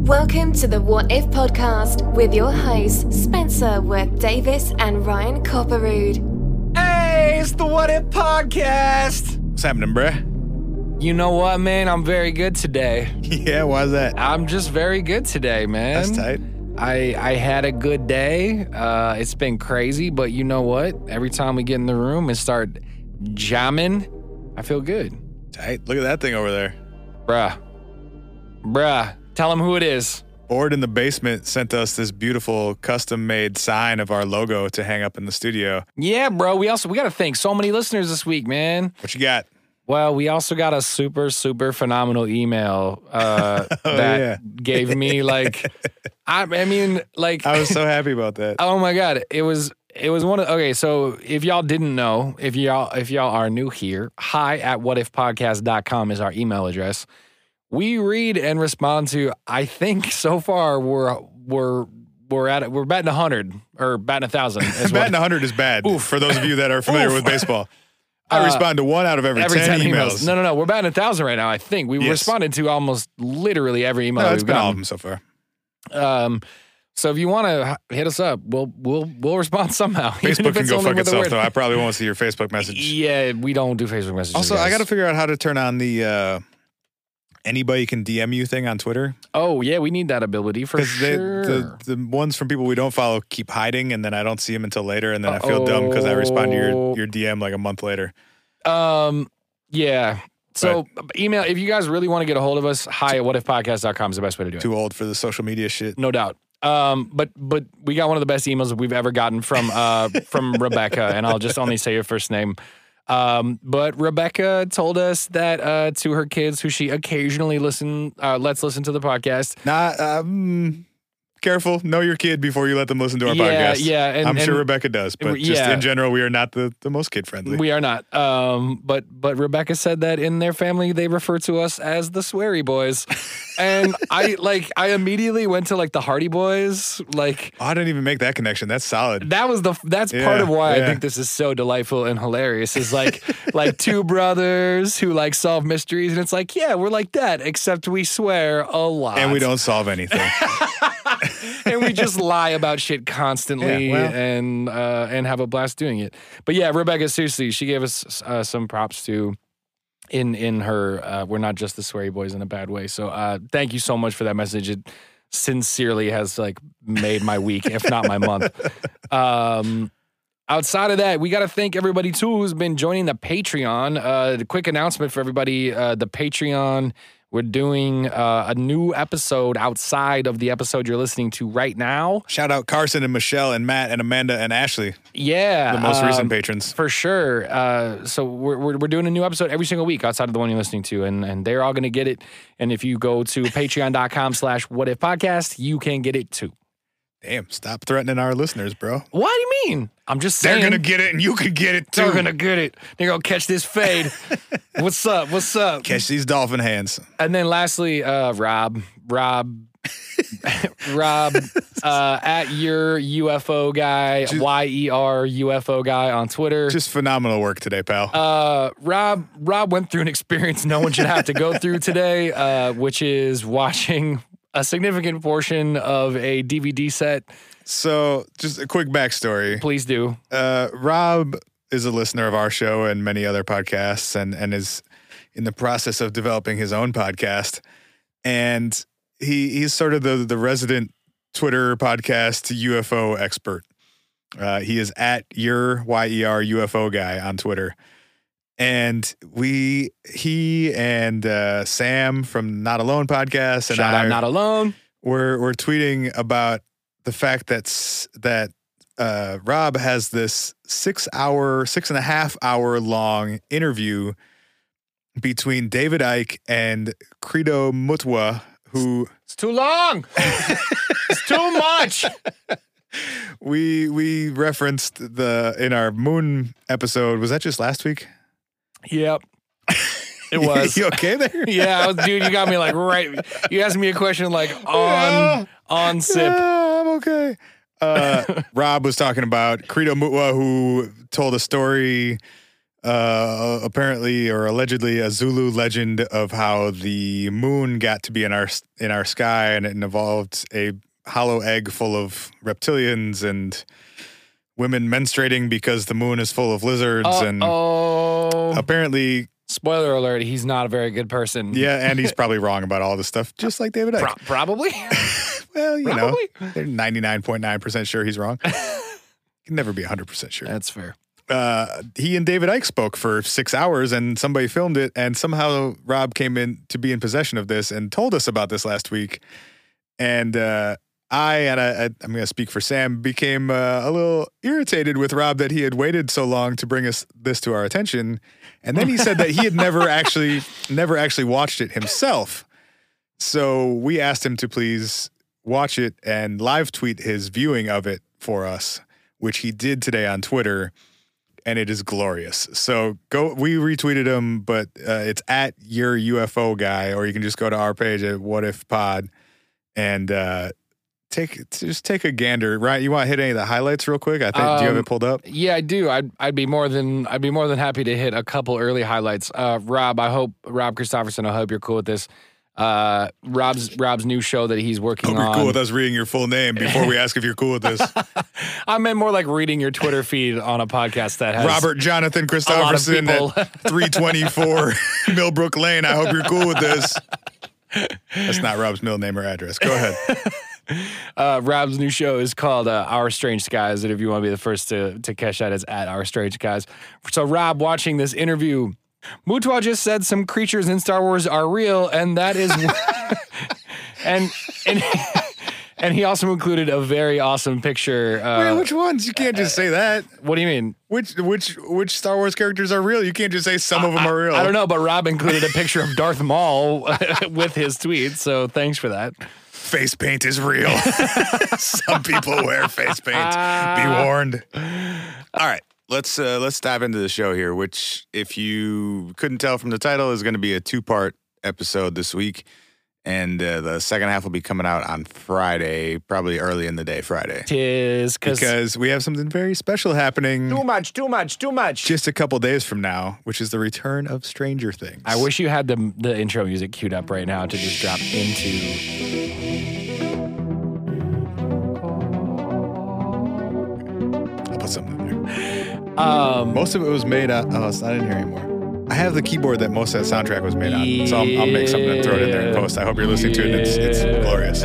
Welcome to the What If podcast with your hosts, Spencer Work Davis and Ryan Copperood. Hey, it's the What If Podcast. What's happening, bruh? You know what, man? I'm very good today. Yeah, why's that? I'm just very good today, man. That's tight. I I had a good day. Uh, it's been crazy, but you know what? Every time we get in the room and start jamming, I feel good, Tight. Look at that thing over there. bruh. Bruh, tell them who it is. Board in the basement sent us this beautiful custom made sign of our logo to hang up in the studio. Yeah, bro. We also we got to thank so many listeners this week, man. What you got? Well, we also got a super, super phenomenal email uh, that Oh, yeah. gave me like, I, I mean, like, I was so happy about that. oh my god, it was it was one of okay. So if y'all didn't know, if y'all if y'all are new here, hi at whatifpodcast.com is our email address. We read and respond to. I think so far we're we're we're at it. We're batting hundred or batting a thousand. is what- Batting 100 is bad for those of you that are familiar with baseball. I respond to one out of Uh, every, 10, emails. No, no, no. We're batting a thousand right now. I think we Yes. responded to almost literally every email No, it's we've been all of gotten. them so far. Um, so if you want to hit us up, we'll we'll we'll respond somehow. even Facebook if can it's go only fuck with a itself, word. though. I probably won't see your Facebook message. Yeah, we don't do Facebook messages. E Also, I guys. got to figure out how to turn on the uh, anybody can DM you thing on Twitter. Oh yeah, we need that ability for Because sure. the, the ones from people we don't follow keep hiding, and then I don't see them until later, and then I feel dumb because I respond to Uh-oh. your, your DM like a month later. um, yeah. So email if you guys really want to get a hold of us. Hi at whatifpodcast.com is the best way to do it. Too old for the social media shit. No doubt. Um, but but we got one of the best emails that we've ever gotten from uh from Rebecca, and I'll just only say her first name. Um, but Rebecca told us that uh to her kids who she occasionally listen uh lets listen to the podcast. Nah, um, careful. Know your kid before you let them listen to our yeah, podcast. yeah, and, I'm and sure Rebecca does, but just yeah. in general, we are not the, the most kid friendly. We are not. Um, but but Rebecca said that in their family they refer to us as the Sweary Boys, and I like I immediately went to like the Hardy Boys. Like I didn't even make that connection. That's solid. that was the that's part Yeah, of why I yeah. think this is so delightful and hilarious. Is like like two brothers who like solve mysteries, and it's like yeah we're like that except we swear a lot And we don't solve anything. and we just lie about shit constantly Yeah, well. and uh, and have a blast doing it. But yeah, Rebecca, seriously, she gave us uh, some props too. In in her, uh, we're not just the sweary boys in a bad way. So uh, thank you so much for that message. It sincerely has like made my week, if not my month. Um, outside of that, we got to thank everybody too who's been joining the Patreon. Uh, the quick announcement for everybody: uh, the Patreon. We're doing uh, a new episode outside of the episode you're listening to right now. Shout out Carson and Michelle and Matt and Amanda and Ashley, Yeah, the most um, recent patrons. for sure. Uh, so we're, we're we're doing a new episode every single week outside of the one you're listening to, and and they're all going to get it. And if you go to Patreon.com/slash What If Podcast, you can get it too. Damn, stop threatening our listeners, bro. What do you mean? I'm just They're saying going to get it and you can get it too. They're gonna get it. They're gonna catch this fade. What's up? What's up? Catch these dolphin hands. And then lastly, uh, Rob, Rob, Rob, uh, at your UFO guy, Y E R UFO guy on Twitter. Just phenomenal work today, pal. uh, Rob, Rob went through an experience no one should have to go through today, uh, which is watching a significant portion of a DVD set. so, just a quick backstory. Please do. Uh, Rob is a listener of our show and many other podcasts, and and is in the process of developing his own podcast. And he he's sort of the the resident Twitter podcast UFO expert. Uh, he is at your y e r UFO guy on Twitter. And we, he and uh, Sam from Not Alone podcast, and Shout I out, not alone. we're we're tweeting about the fact that s- that uh, Rob has this six hour, six and a half hour long interview between David Icke and Credo Mutwa, who It's too long. it's too much. we we referenced the in our Moon episode. Was that just last week? Yep. It was. you okay there? yeah, I was, dude, you got me like right. You asked me a question like on Yeah. on sip. Yeah, I'm okay. Uh, Rob was talking about Credo Mutwa, who told a story uh, apparently or allegedly a Zulu legend of how the moon got to be in our in our sky and it involved a hollow egg full of reptilians and women menstruating because the moon is full of lizards and oh, apparently spoiler alert, he's not a very good person. yeah and he's probably wrong about all this stuff just like David Icke. Pro- probably. well, you know, probably. they're 99.9% sure he's wrong. Can never be 100% sure. That's fair. uh, he and David Icke spoke for six hours, and somebody filmed it, and somehow Rob came in to be in possession of this and told us about this last week, and uh, I and I, I, I'm going to speak for Sam became uh, a little irritated with Rob that he had waited so long to bring us this to our attention, and then he said that he had never actually never actually watched it himself, so we asked him to please watch it and live tweet his viewing of it for us, which he did today on Twitter and it is glorious. So go, we retweeted him, but uh, it's at your UFO guy, or you can just go to our page at What If Pod and uh, take just take a gander. Right, you want to hit any of the highlights real quick? I think. do you have Um, it pulled up? Yeah, I do. I'd I'd be more than I'd be more than happy to hit a couple early highlights. Uh, Rob, I hope Rob Christopherson. I hope you're cool with this. Uh, Rob's Rob's new show that he's working Hope you're on. cool with us reading your full name before we ask if you're cool with this. I meant more like reading your Twitter feed on a podcast that has Robert Jonathan Christopherson people. at 324 Millbrook Lane. I hope you're cool with this. That's not Rob's middle name or address. Go ahead. Uh, Rob's new show is called uh, Our Strange Skies. And if you want to be the first to, to catch that, it's at Our Strange Skies. So, Rob, watching this interview, Mutwa just said some creatures in Star Wars are real, and that is. and. and And he also included a very awesome picture. Wait, Uh, which ones? You can't just say that. what do you mean? Which which which Star Wars characters are real? You can't just say some of them are real. I don't know, but Rob included a picture of Darth Maul with his tweet. So thanks for that. Face paint is real. some people wear face paint. Be warned. All right, let's uh, let's dive into the show here. Which, if you couldn't tell from the title, is going to be a two part episode this week, and uh, the second half will be coming out on Friday, probably early in the day Friday. Tis because Because we have something very special happening Too much, too much, too much. just a couple days from now, which is the return of Stranger Things. I wish you had the the intro music queued up right now to just drop into. I'll put something in there. Um, Most of it was made out. Oh, it's not in here anymore. I have the keyboard that most of that soundtrack was made on, so I'll, I'll make something and throw it in there in Yeah. post. I hope you're listening to it. It's, it's Yeah. glorious.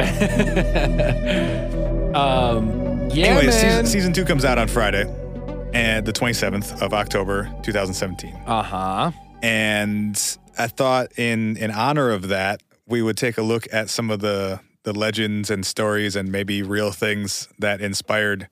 um, yeah, anyway, man. season, season two comes out on Friday, and the 27th of October, 2017. uh huh. And I thought, in in honor of that, we would take a look at some of the the legends and stories, and maybe real things that inspired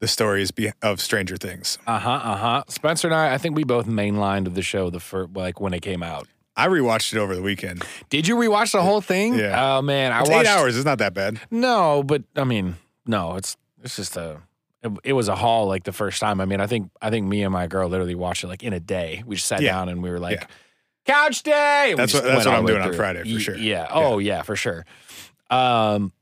the stories be- of Stranger Things. Uh huh. Uh huh. Spencer and I, I think we both mainlined the show the first, like when it came out. I rewatched it over the weekend. Did you rewatch the whole thing? Yeah. Oh man, I It's watched. eight hours. It's not that bad. No, but I mean, no. It's it's just a. It, it was a haul like the first time. I mean, I think I think me and my girl literally watched it like in a day. We just sat Yeah. down and we were like, Yeah. couch day. And we That's just what- went that's what all I'm the way doing on through. Friday, for Y- sure. Yeah. Oh yeah, for sure. Um,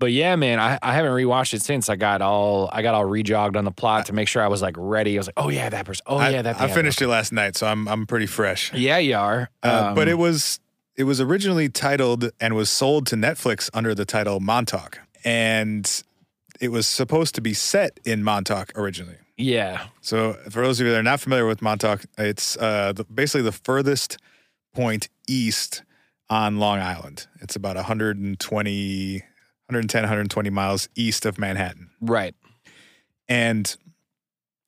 but yeah, man, I, I haven't rewatched it since. I got all I got all rejogged on the plot to make sure I was like ready. I was like, oh yeah, that person. Oh I, yeah, that. I thing finished it last night, so I'm I'm pretty fresh. happened. Yeah, you are. Uh, but Um, it was it was originally titled and was sold to Netflix under the title Montauk, and it was supposed to be set in Montauk originally. yeah, So for those of you that are not familiar with Montauk, it's uh, the, basically the furthest point east on Long Island. It's about 120, 110, 120 miles east of Manhattan. right. and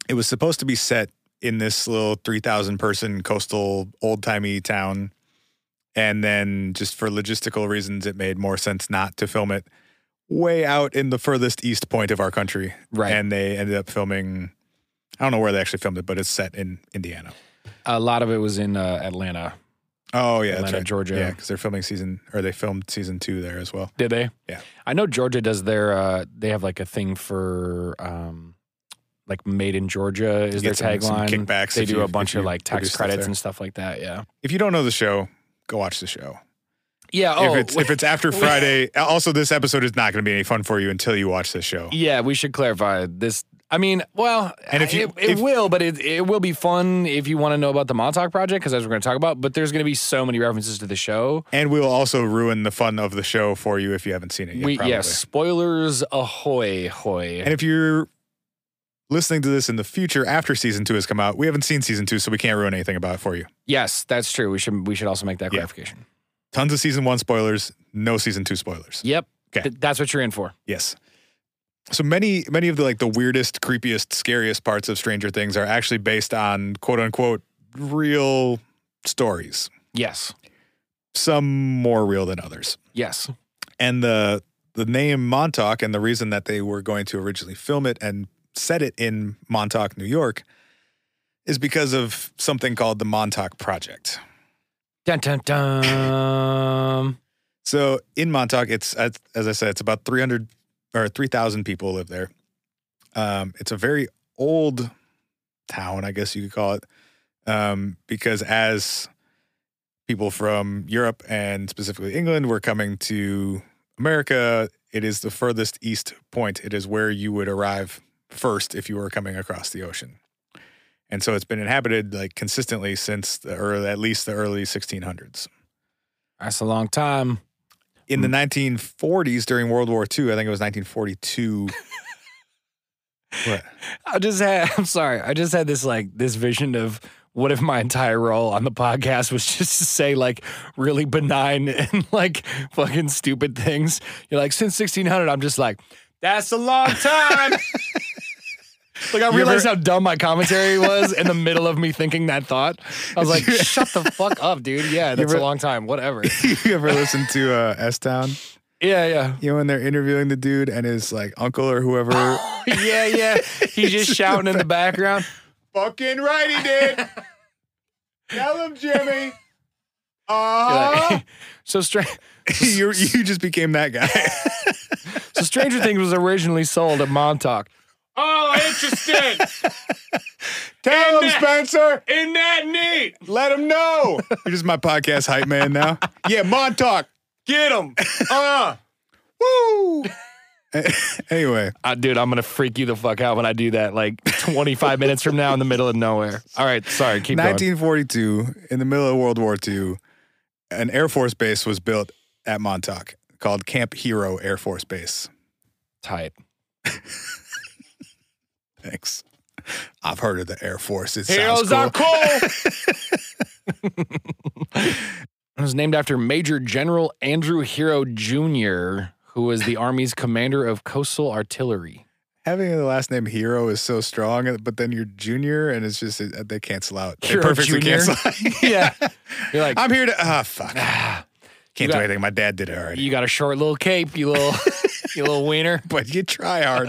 it was supposed to be set in this little 3000 person coastal old-timey town and then just for logistical reasons it made more sense not to film it way out in the furthest east point of our country Right. and they ended up filming i don't know where they actually filmed it but it's set in indiana A lot of it was in uh, Atlanta. oh yeah that's Atlanta, right. Georgia. yeah because they're filming season or they filmed season two there as well Did they? Yeah. I know Georgia does their. Uh, they have like a thing for um, like made in Georgia is their You get some- some tagline. kickbacks they if do you- a bunch if you of like tax produce stuff credits there. and stuff like that. Yeah. if you don't know the show go watch the show Yeah. Oh, if it's if it's after Friday, also this episode is not going to be any fun for you until you watch this show. yeah. We should clarify this. I mean, well, And if you- it, it if- will, but it, it will be fun if you want to know about the Montauk Project because that's what we're going to talk about. But there's going to be so many references to the show. And we'll also ruin the fun of the show for you if you haven't seen it yet. we probably. yeah, spoilers ahoy hoy. And if you're listening to this in the future after season two has come out, we haven't seen season two, so we can't ruin anything about it for you. yes, that's true. We should we should also make that Yeah. clarification. Tons of season one spoilers, no season two spoilers. Yep. Okay. Th- that's what you're in for. Yes. So many, many of the like the weirdest, creepiest, scariest parts of Stranger Things are actually based on quote unquote real stories. Yes. Some more real than others. Yes. and the the name Montauk and the reason that they were going to originally film it and set it in Montauk, New York, is because of something called the Montauk Project. Dun dun dun. So in Montauk, it's as as I said, it's about three hundred or three thousand people live there. Um, it's a very old town, I guess you could call it, um, because as people from Europe and specifically England were coming to America, it is the furthest east point. It is where you would arrive first if you were coming across the ocean. And so it's been inhabited like consistently since the, or at least the early 1600s that's a long time. in the 1940s during World War II. I think it was 1942. what? I just had. I'm sorry. I just had this like this vision of what if my entire role on the podcast was just to say like really benign and like fucking stupid things. You're like since 1600. I'm just like that's a long time. like I You realized ever- how dumb my commentary was in the middle of me thinking that thought. I was like, You- shut the fuck up, dude. Yeah, that's ever- a long time. Whatever. you ever listen to uh, S Town? Yeah, yeah. You know when they're interviewing the dude and his like uncle or whoever. yeah, yeah. He's just shouting in the background. Fucking right, he did. Tell him, Jimmy. You're Uh like, so strange. you you just became that guy. So Stranger Things was originally sold at Montauk. Oh, interesting. Tell him, Spencer. Isn't that neat? Let him know. You're just my podcast hype man now. Yeah, Montauk. Uh-huh. Get him. Uh, Woo. anyway, Uh, dude, I'm gonna freak you the fuck out when I do that. Like 25 minutes from now, in the middle of nowhere. All right, sorry. Keep going. 1942, in the middle of World War II, an Air Force base was built at Montauk called Camp Hero Air Force Base. Tight. Thanks. I've heard of the Air Force. It sounds heroes cool. are cool. It was named after Major General Andrew Hero Jr., who was the Army's commander of coastal artillery. Having the last name Hero is so strong, but then you're junior, and it's just it- they cancel out. They Hero perfectly Junior? cancel. out. Yeah. You're like, I'm here to ah fuck. Can't do got- anything. My dad did it already. you got a short little cape, you little, you little wiener. but you try hard.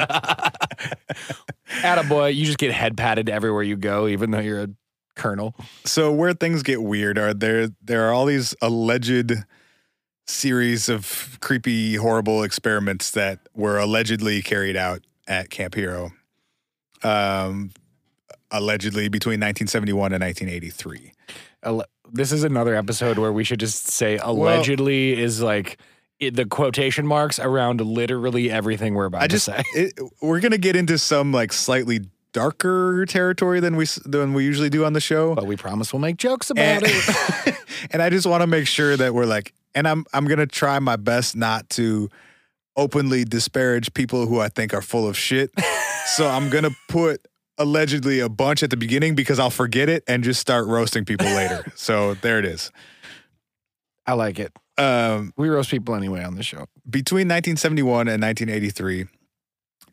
Attaboy, you just get head patted everywhere you go, even though you're a colonel. so where things get weird are there there are all these alleged series of creepy horrible experiments that were allegedly carried out at camp hero um allegedly between 1971 and 1983 Alle- this is another episode where we should just say allegedly is like it, the quotation marks around literally everything we're about i just to say. it, we're gonna get into some like slightly darker territory than we s- than we usually do on the show But we promise we'll make jokes about and, it. and I just want to make sure that we're like, and I'm I'm gonna try my best not to openly disparage people who I think are full of shit. so I'm gonna put allegedly a bunch at the beginning because I'll forget it and just start roasting people later. so there it is. I like it. Um, We roast people anyway on the show. between 1971 and 1983,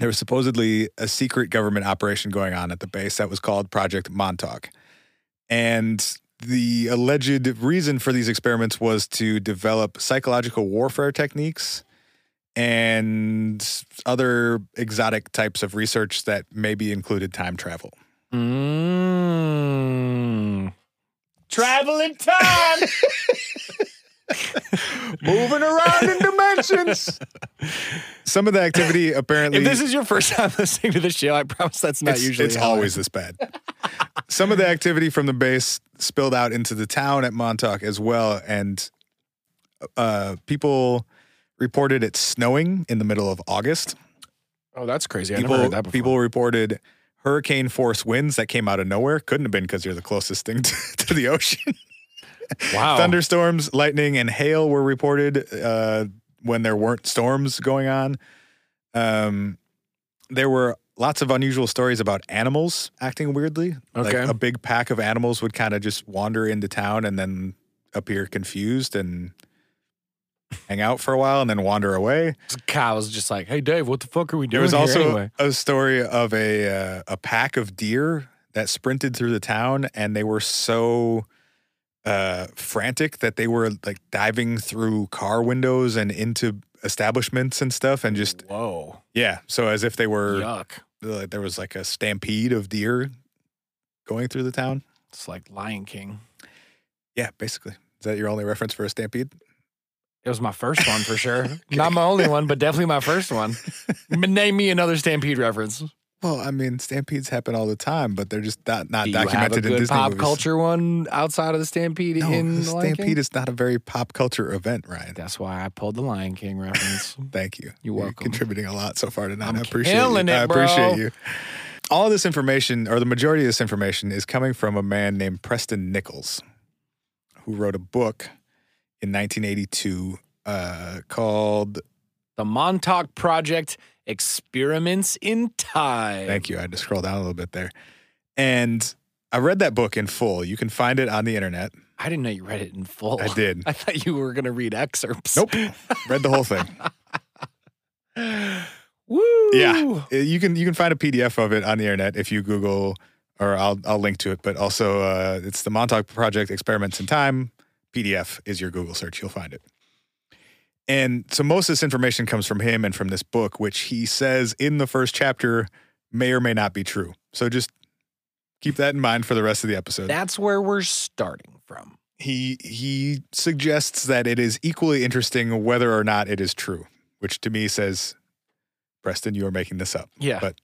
there was supposedly a secret government operation going on at the base that was called Project Montauk. And the alleged reason for these experiments was to develop psychological warfare techniques and other exotic types of research that maybe included time travel. Mm. Travel in time. Moving around in dimensions. Some of the activity apparently If this is your first time listening to the show, I promise that's not it's, usually. it's how it- always this bad. Some of the activity from the base spilled out into the town at Montauk as well, and uh, people reported it snowing in the middle of August. Oh, that's crazy. I never heard People that before. people reported hurricane force winds that came out of nowhere. Couldn't have been because you're the closest thing to, to the ocean. wow. Thunderstorms, lightning, and hail were reported uh, when there weren't storms going on. Um, there were lots of unusual stories about animals acting weirdly. Okay. Like a big pack of animals would kind of just wander into town and then appear confused and hang out for a while and then wander away. Kyle's just like, hey, Dave, what the fuck are we doing There was here also anyway? a story of a uh, a pack of deer that sprinted through the town, and they were so uh, frantic that they were like diving through car windows and into establishments and stuff, and just Whoa. yeah. So as if they were Yuck. like there was like a stampede of deer going through the town. It's like Lion King. Yeah, basically. Is that your only reference for a stampede? It was my first one for sure. Not my only one, but definitely my first one. M- Name me another Stampede reference. Well, I mean, stampedes happen all the time, but they're just not not Do you have a documented good in Disney pop movies. culture one outside of the Stampede No, in the the Lion King? stampede is not a very pop culture event, Ryan. That's why I pulled the Lion King reference. Thank you. You're welcome. contributing a lot so far tonight. I'm i appreciate you. killing it, I bro. appreciate you. All this information, or the majority of this information, is coming from a man named Preston Nichols, who wrote a book in 1982 uh, called. the Montauk Project Experiments in Time. Thank you. I had to scroll down a little bit there, and I read that book in full. You can find it on the internet. I didn't know you read it in full. I did. I thought you were going to read excerpts. Nope, read the whole thing. Woo. Yeah. Uh, you can you can find a PDF of it on the internet if you Google, or I'll I'll link to it. But also, uh, it's the Montauk Project Experiments in Time PDF is your Google search. You'll find it. And so most of this information comes from him and from this book, which he says in the first chapter may or may not be true. So just keep that in mind for the rest of the episode. That's where we're starting from. he he suggests that it is equally interesting whether or not it is true, which to me says, Preston, you are making this up. Yeah. But-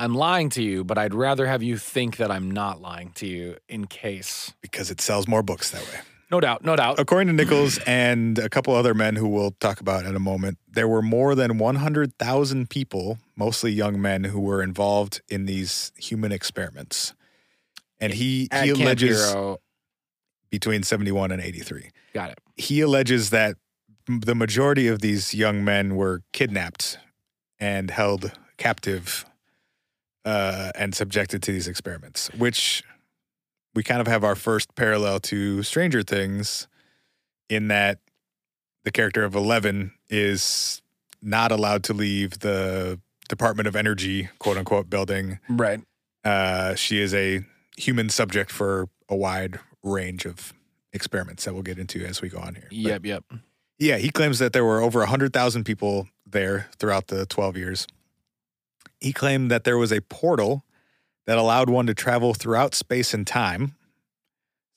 I'm lying to you, but I'd rather have you think that I'm not lying to you in case. because it sells more books that way. No doubt, no doubt. According to Nichols and a couple other men who we'll talk about in a moment, there were more than 100,000 people, mostly young men, who were involved in these human experiments. And he, At he Camp alleges Hero- between 71 and 83. Got it. He alleges that m- the majority of these young men were kidnapped and held captive uh, and subjected to these experiments, which we kind of have our first parallel to Stranger Things in that the character of Eleven is not allowed to leave the Department of Energy, quote unquote, building. Right. Uh, she is a human subject for a wide range of experiments that we'll get into as we go on here. But Yep, yep. yeah, he claims that there were over 100,000 people there throughout the 12 years. He claimed that there was a portal that allowed one to travel throughout space and time.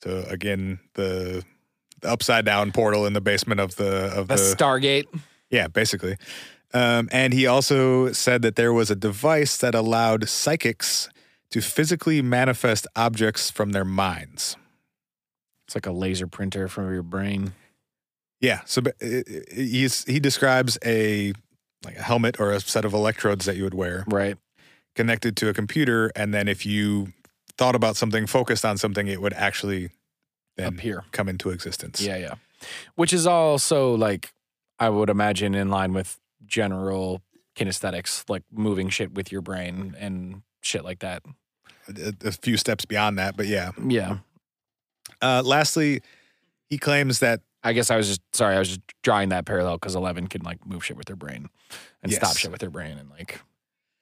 So again, the, the upside down portal in the basement of the of The the Stargate. yeah, basically. Um, and he also said that there was a device that allowed psychics to physically manifest objects from their minds. It's like a laser printer from your brain. Yeah. So ba- i- i- he's, he describes a like a helmet or a set of electrodes that you would wear Right. connected to a computer, and then if you thought about something, focused on something, it would actually then Appear. come into existence. Yeah, yeah. Which is also like I would imagine in line with general kinesthetics, like moving shit with your brain and shit like that. A, a few steps beyond that, but yeah. Yeah. Uh, lastly, he claims that I guess I was just sorry, I was just drawing that parallel because Eleven can like move shit with her brain and stop Yes. shit with her brain and like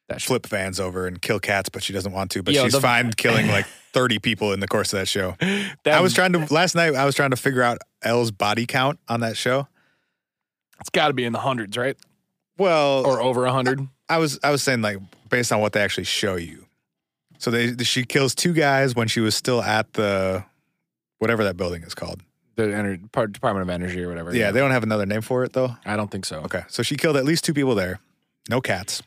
that shit. flip vans over and kill cats, but she doesn't want to. But Yo, she's the- fine killing like 30 people in the course of that show. That, I was trying to last night. I was trying to figure out Elle's body count on that show. It's got to be in the hundreds, right? Well, Or over a hundred. I was I was saying like based on what they actually show you. So they she kills two guys when she was still at the whatever that building is called. The ener- part, Department of Energy or whatever. Yeah, they don't have another name for it though. I don't think so. Okay, so she killed at least two people there. No cats.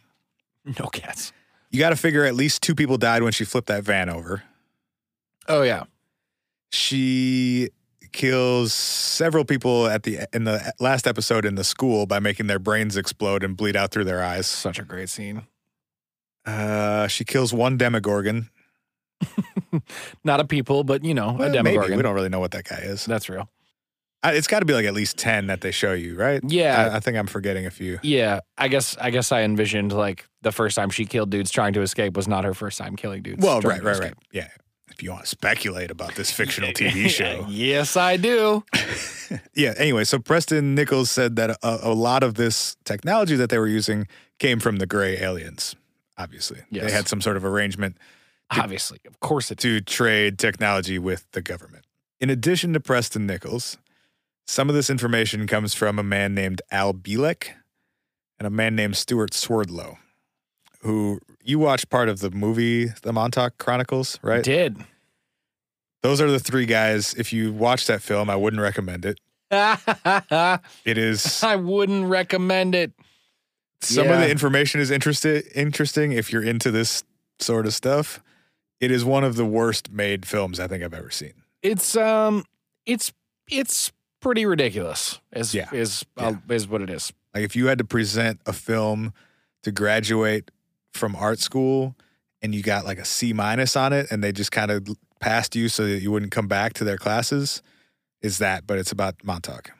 No cats. You got to figure at least two people died when she flipped that van over. Oh yeah. She kills several people at the in the last episode in the school by making their brains explode and bleed out through their eyes. Such a great scene. Uh, she kills one Demogorgon. Not a people, but you know, Well, a Maybe demogorgon. we don't really know what that guy is. That's real. I, it's got to be like at least ten that they show you, right? Yeah. I, I think I'm forgetting a few. yeah. I guess I guess I envisioned like the first time she killed dudes trying to escape was not her first time killing dudes. Well, trying right, to right, escape. right. Yeah. If you want to speculate about this fictional TV show. yes, I do. Yeah. Anyway, so Preston Nichols said that a, a lot of this technology that they were using came from the gray aliens, obviously. Yes. They had some sort of arrangement Obviously. Of course it is. to trade technology with the government. In addition to Preston Nichols, some of this information comes from a man named Al Bielek and a man named Stuart Swordlow, who you watched part of the movie The Montauk Chronicles, right? Did. Those are the three guys. If you watch that film, I wouldn't recommend it. I It is wouldn't recommend it. some of Yeah. the information is interested interesting if you're into this sort of stuff. It is one of the worst made films I think I've ever seen. It's um it's it's pretty ridiculous is Yeah. is uh, is what it is. Like if you had to present a film to graduate from art school and you got like a C minus on it and they just kind of passed you so that you wouldn't come back to their classes, is that, but it's about Montauk.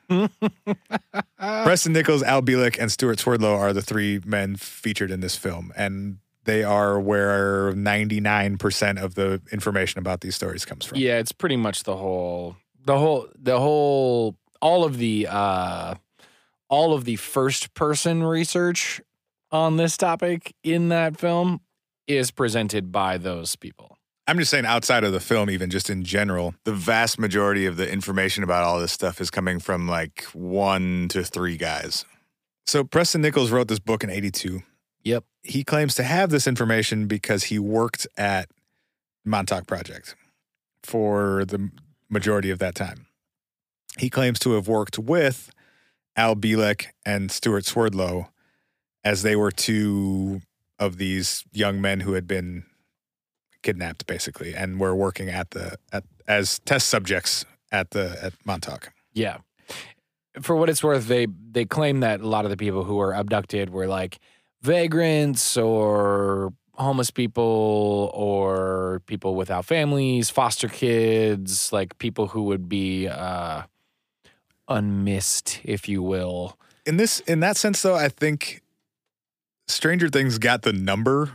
Preston Nichols, Al Bielek, and Stuart Swerdlow are the three men featured in this film, and they are where 99% of the information about these stories comes from. Yeah, it's pretty much the whole the whole the whole all of the uh all of the first person research on this topic in that film is presented by those people. I'm just saying, outside of the film, even just in general, the vast majority of the information about all this stuff is coming from like one to three guys. So Preston Nichols wrote this book in 82. Yep. He claims to have this information because he worked at Montauk Project for the majority of that time. He claims to have worked with Al Bielek and Stuart Swerdlow as they were two of these young men who had been kidnapped basically and were working at the at as test subjects at the at Montauk. Yeah. For what it's worth, they they claim that a lot of the people who were abducted were like vagrants or homeless people or people without families, foster kids, like people who would be uh unmissed, if you will. In this in that sense though, I think Stranger Things got the number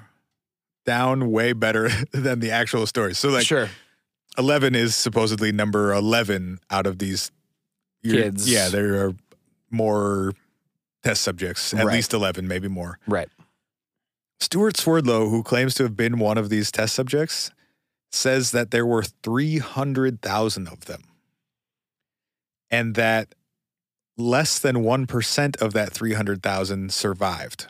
down way better than the actual story. So like sure. 11 is supposedly number 11 out of these you're- Kids. Yeah, there are more test subjects, at Right. least 11, maybe more. Right. Stuart Swerdlow, who claims to have been one of these test subjects, says that there were 300,000 of them and that less than 1% of that 300,000 survived.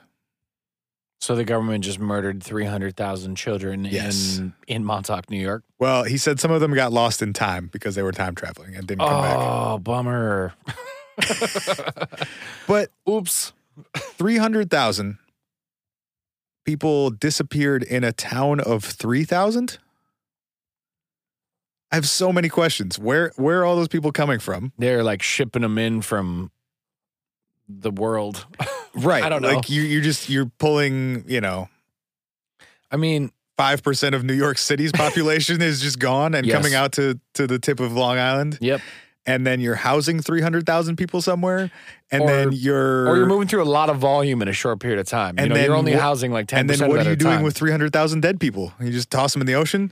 So the government just murdered 300,000 children Yes. in in Montauk, New York. Well, he said some of them got lost in time because they were time traveling and didn't come back. Oh, bummer. But Oops. 300,000 people disappeared in a town of 3,000? I have so many questions. Where where are all those people coming from? They're like shipping them in from the world. Right. I don't know. Like you you're just you're pulling, you know, I mean, five percent of New York City's population is just gone and Yes. coming out to to the tip of Long Island. yep. And then you're housing three hundred thousand people somewhere. And Or- then you're Or oh, you're moving through a lot of volume in a short period of time. You And know, you're then only what- housing like 10% and then what of are that you at a doing time. with three hundred thousand dead people? You just toss them in the ocean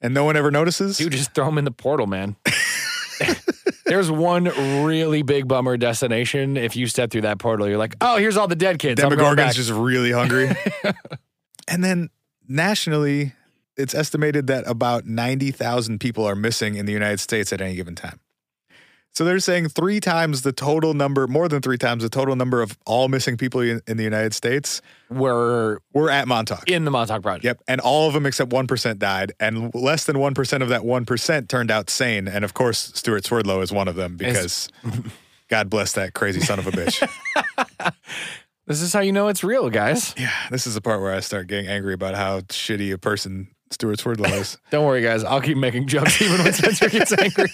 and no one ever notices? Dude, just throw them in the portal, man. There's one really big bummer destination. If you step through that portal, you're like, oh, here's all the dead kids. I'm going back. Demogorgon's just really hungry. and then nationally, it's estimated that about 90,000 people are missing in the United States at any given time. So they're saying three times the total number, more than three times the total number of all missing people in, in the United States We're were at Montauk. in the Montauk Project. Yep. And all of them except 1% died. And less than 1% of that 1% turned out sane. And of course, Stuart Swerdlow is one of them because It's- God bless that crazy son of a bitch. This is how you know it's real, guys. Yeah, this is the part where I start getting angry about how shitty a person Stuart Swerdlow is. Don't worry, guys. I'll keep making jokes even when Spencer gets angry.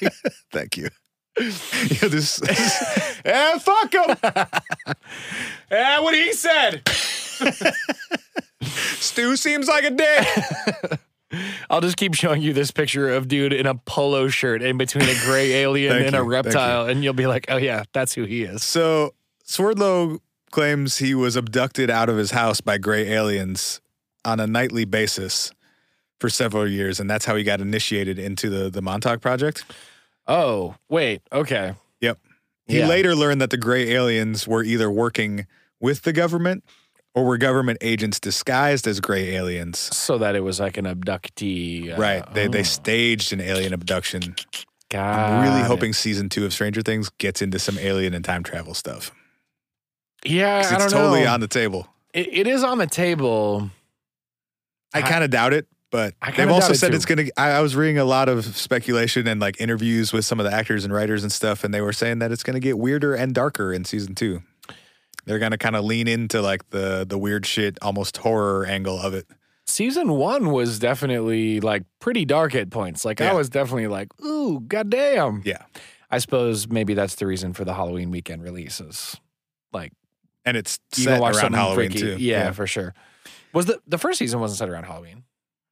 Thank you. You'll just Eh, fuck him. eh, what he said. Stu seems like a dick. I'll just keep showing you this picture of dude in a polo shirt in between a gray alien Thank and a you, thank you. reptile, and you'll be like, oh yeah, that's who he is. So Swerdlow claims he was abducted out of his house by gray aliens on a nightly basis for several years, and that's how he got initiated into the the Montauk Project. Oh wait, okay. Yep. He Yeah. later learned that the gray aliens were either working with the government or were government agents disguised as gray aliens. so that it was like an abductee. uh, Right. They oh, they staged an alien abduction. I'm got really it. hoping season two of Stranger Things gets into some alien and time travel stuff. Yeah, 'Cause I don't It's totally know. on the table. it, it is on the table. I I- kind of doubt it, but I kinda they've also doubt it said too. it's going to. I I was reading a lot of speculation and like interviews with some of the actors and writers and stuff, and they were saying that it's going to get weirder and darker in season two. They're going to kind of lean into like the the weird shit, almost horror angle of it. Season one was definitely like pretty dark at points. Like Yeah. I was definitely like, ooh, goddamn. Yeah. I suppose maybe that's the reason for the Halloween weekend releases. Like And it's you set can watch around something Halloween freaky. too. Yeah, for sure. Was the the first season wasn't set around Halloween?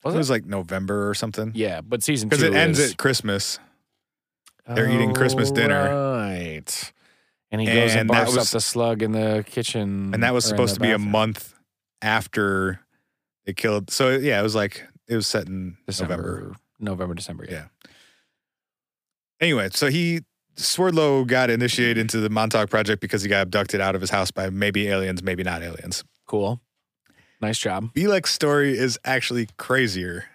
Was it it? was like November or something. yeah, but season two Because it ends is- at Christmas. they're eating Christmas Oh, dinner. Right. And he goes and, And that barfs was- up the slug in the kitchen. and that or was in supposed the to be a bathroom. month after they killed. So yeah, it was like it was set in December, November. November, December. Yeah. Yeah. Anyway, so he Swordlow got initiated into the Montauk Project because he got abducted out of his house by maybe aliens, maybe not aliens. Cool. Nice job. Belek's story is actually crazier,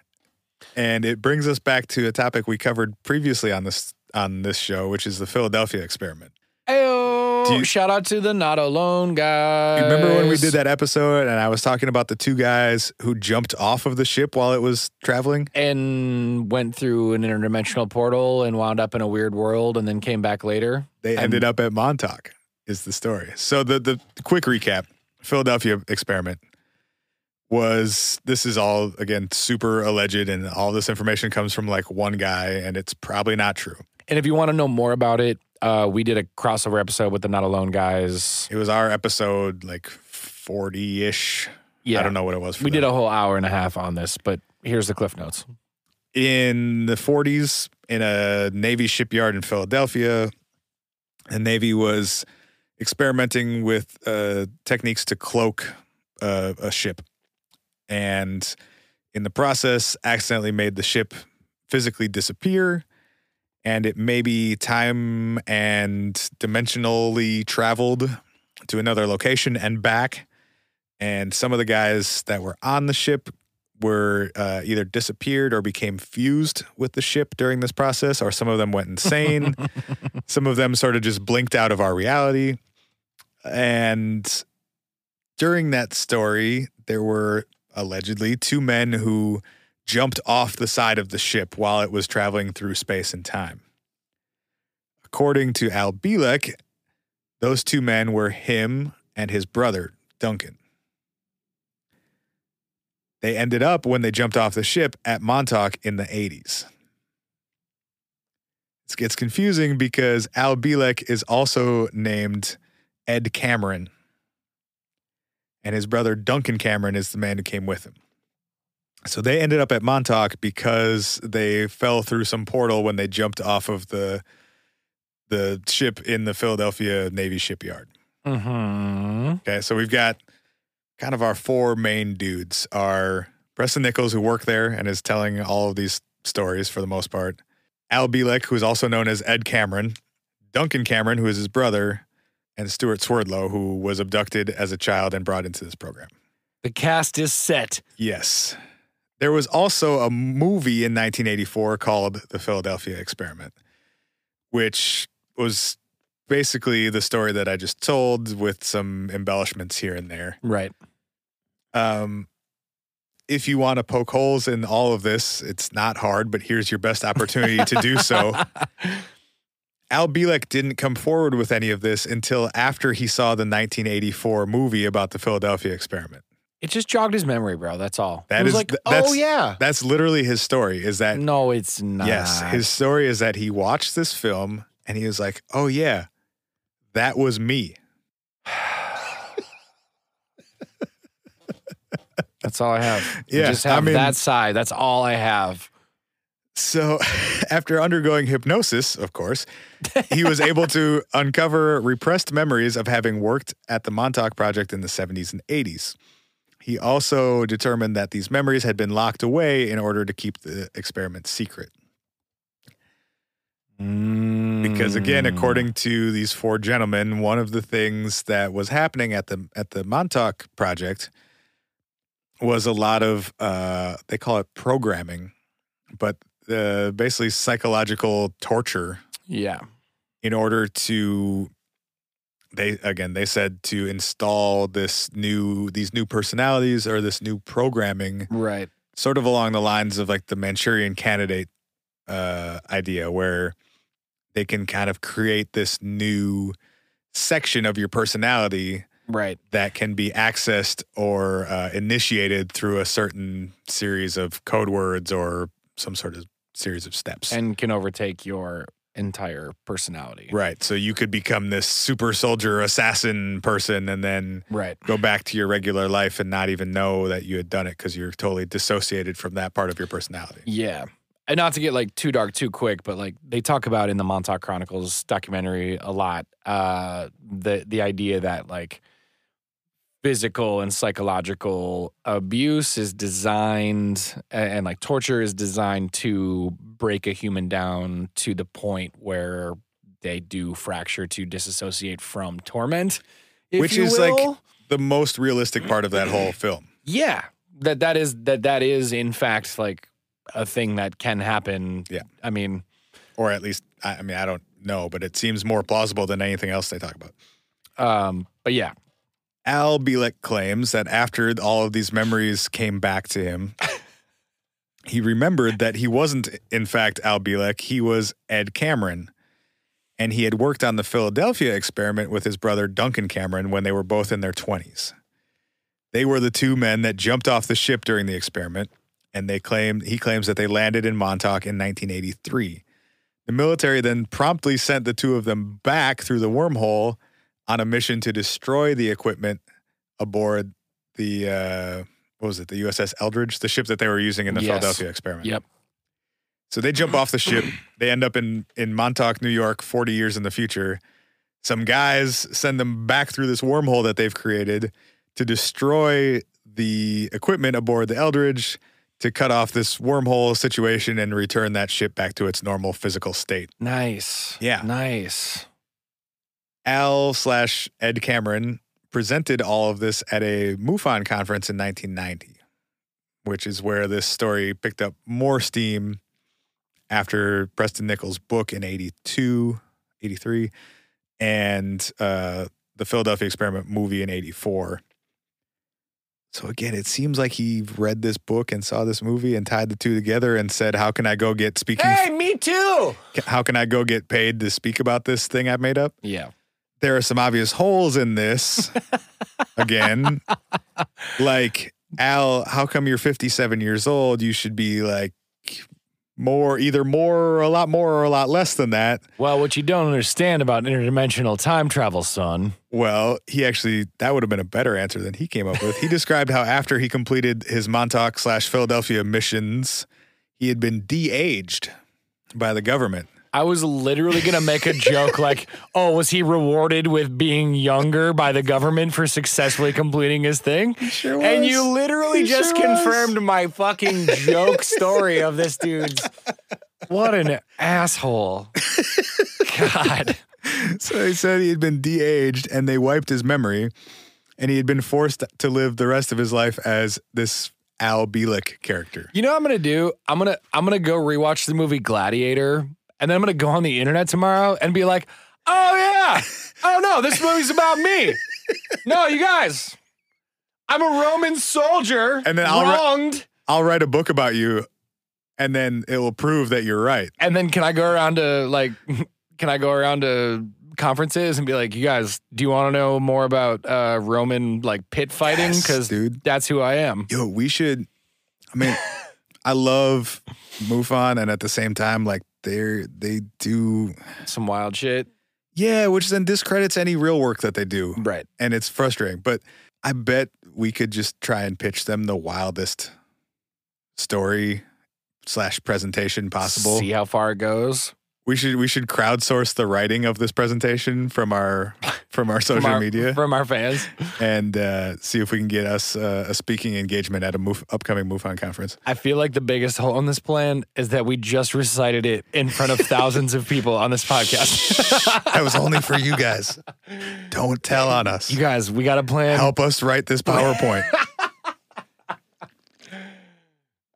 and it brings us back to a topic we covered previously on this on this show, which is the Philadelphia experiment. Do Ayo! you- Shout out to the not alone guys. You remember when we did that episode and I was talking about the two guys who jumped off of the ship while it was traveling? And went through an interdimensional portal and wound up in a weird world and then came back later. They I'm- ended up at Montauk, is the story. So the the quick recap: Philadelphia experiment was this is all again super alleged, and all this information comes from like one guy, and it's probably not true. And if you want to know more about it, uh, we did a crossover episode with the Not Alone guys. It was our episode like forty ish. Yeah. I don't know what it was. For We did them. a whole hour and a half on this, but here's the cliff notes. in the forties in a Navy shipyard in Philadelphia. The Navy was experimenting with uh, techniques to cloak uh, a ship. and in the process accidentally made the ship physically disappear and it maybe time and dimensionally traveled to another location and back and some of the guys that were on the ship were uh, either disappeared or became fused with the ship during this process or some of them went insane some of them sort of just blinked out of our reality and during that story there were allegedly two men who jumped off the side of the ship while it was traveling through space and time. According to Al Bielek, those two men were him and his brother, Duncan. They ended up when they jumped off the ship at Montauk in the 80s. This gets confusing because Al Bielek is also named Ed Cameron and his brother Duncan Cameron is the man who came with him. So they ended up at Montauk because they fell through some portal when they jumped off of the the ship in the Philadelphia Navy shipyard. Mm-hmm. Okay, so we've got kind of our four main dudes are Preston Nichols, who worked there and is telling all of these stories for the most part. Al Bielek, who is also known as Ed Cameron, Duncan Cameron, who is his brother, and Stuart Swerdlow, who was abducted as a child and brought into this program. The cast is set. Yes. There was also a movie in 1984 called The Philadelphia Experiment, which was basically the story that I just told with some embellishments here and there. Right. Um, if you want to poke holes in all of this, it's not hard, but here's your best opportunity to do so. Al Bielek didn't come forward with any of this until after he saw the 1984 movie about the Philadelphia experiment. It just jogged his memory, bro. That's all. That He was is- like, th- oh that's- yeah. That's literally his story is that No, it's not. Yes, his story is that he watched this film And he was like, "Oh yeah, that was me." That's all I have. I Yeah, just have I mean- that side. That's all I have. So, after undergoing hypnosis, of course, he was able to uncover repressed memories of having worked at the Montauk Project in the 70s and 80s. He also determined that these memories had been locked away in order to keep the experiment secret. Because again, Mm. according to these four gentlemen, one of the things that was happening at the at the Montauk project was a lot of uh, they call it programming, but uh, basically psychological torture yeah, in order to they again they said to install this new these new personalities or this new programming right. sort of along the lines of like the Manchurian candidate uh, idea, where they can kind of create this new section of your personality Right. that can be accessed or uh, initiated through a certain series of code words or some sort of series of steps. And can overtake your entire personality. right. So you could become this super soldier assassin person and then Right. go back to your regular life and not even know that you had done it because you're totally dissociated from that part of your personality. Yeah. And not to get like too dark too quick, but like they talk about in the Montauk Chronicles documentary a lot, uh, the the idea that like physical and psychological abuse is designed a- and, like torture is designed to break a human down to the point where they do fracture to disassociate from torment. if Which you is, like, will. the most realistic part of that whole film. Yeah, that that is that that is in fact like a thing that can happen. Yeah. I mean, Or at least, I, I mean, I don't know, but it seems more plausible than anything else they talk about. um, but yeah, Al Bielek claims that after all of these memories came back to him, he remembered that he wasn't, in fact, Al Bielek. He was Ed Cameron. And he had worked on the Philadelphia experiment with his brother Duncan Cameron when they were both in their 20s. They were the two men that jumped off the ship during the experiment, and they claimed he claims that they landed in Montauk in 1983. The military then promptly sent the two of them back through the wormhole on a mission to destroy the equipment aboard the uh, what was it, the USS Eldridge, the ship that they were using in the Yes. Philadelphia experiment. Yep. So they jump off the ship. They end up in in Montauk, New York, 40 years in the future. Some guys send them back through this wormhole that they've created to destroy the equipment aboard the Eldridge to cut off this wormhole situation and return that ship back to its normal physical state. nice. Yeah. nice. Al slash Ed Cameron presented all of this at a MUFON conference in 1990, which is where this story picked up more steam after Preston Nichols' book in 82, 83, and uh, the Philadelphia Experiment movie in 84. So again, it seems like he read this book and saw this movie and tied the two together and said, "How can I go get speaking? me too. How can I go get paid to speak about this thing I've made up?" Yeah, there are some obvious holes in this again. Like, Al, how come you're 57 years old? You should be like more, either more or a lot more or a lot less than that. well, what you don't understand about interdimensional time travel, son. Well, he actually, that would have been a better answer than he came up with. He described how after he completed his Montauk slash Philadelphia missions, he had been de aged by the government. I was literally gonna make a joke like, "Oh, was he rewarded with being younger by the government for successfully completing his thing?" Sure And you literally just confirmed my fucking joke story of this dude's. What an asshole. God. So he said he had been de aged and they wiped his memory, and he had been forced to live the rest of his life as this Al Bielek character. You know what I'm gonna do? I'm gonna I'm gonna go rewatch the movie Gladiator, and then I'm gonna go on the internet tomorrow and be like, oh yeah, I don't know, this movie's about me. No, you guys, I'm a Roman soldier And then I'll re- wronged. I'll write a book about you, and then it will prove that you're right. and then can I go around to like can I go around to conferences and be like, you guys, do you want to know more about uh, Roman like pit fighting? Yes, Because dude. that's who I am. Yo, we should. I mean, I love MUFON, and at the same time, like th- they they do Some wild shit. yeah, which then discredits any real work that they do, Right. and it's frustrating. But I bet we could just try and pitch them the wildest story slash presentation possible. See how far it goes. We should we should crowdsource the writing of this presentation from our from our social from our, media From our fans. and uh, see if we can get us uh, a speaking engagement at a move, upcoming MUFON conference. I feel like the biggest hole in this plan is that we just recited it in front of thousands of people on this podcast. That was only for you guys. Don't tell on us. you guys, we got a plan. Help us write this PowerPoint.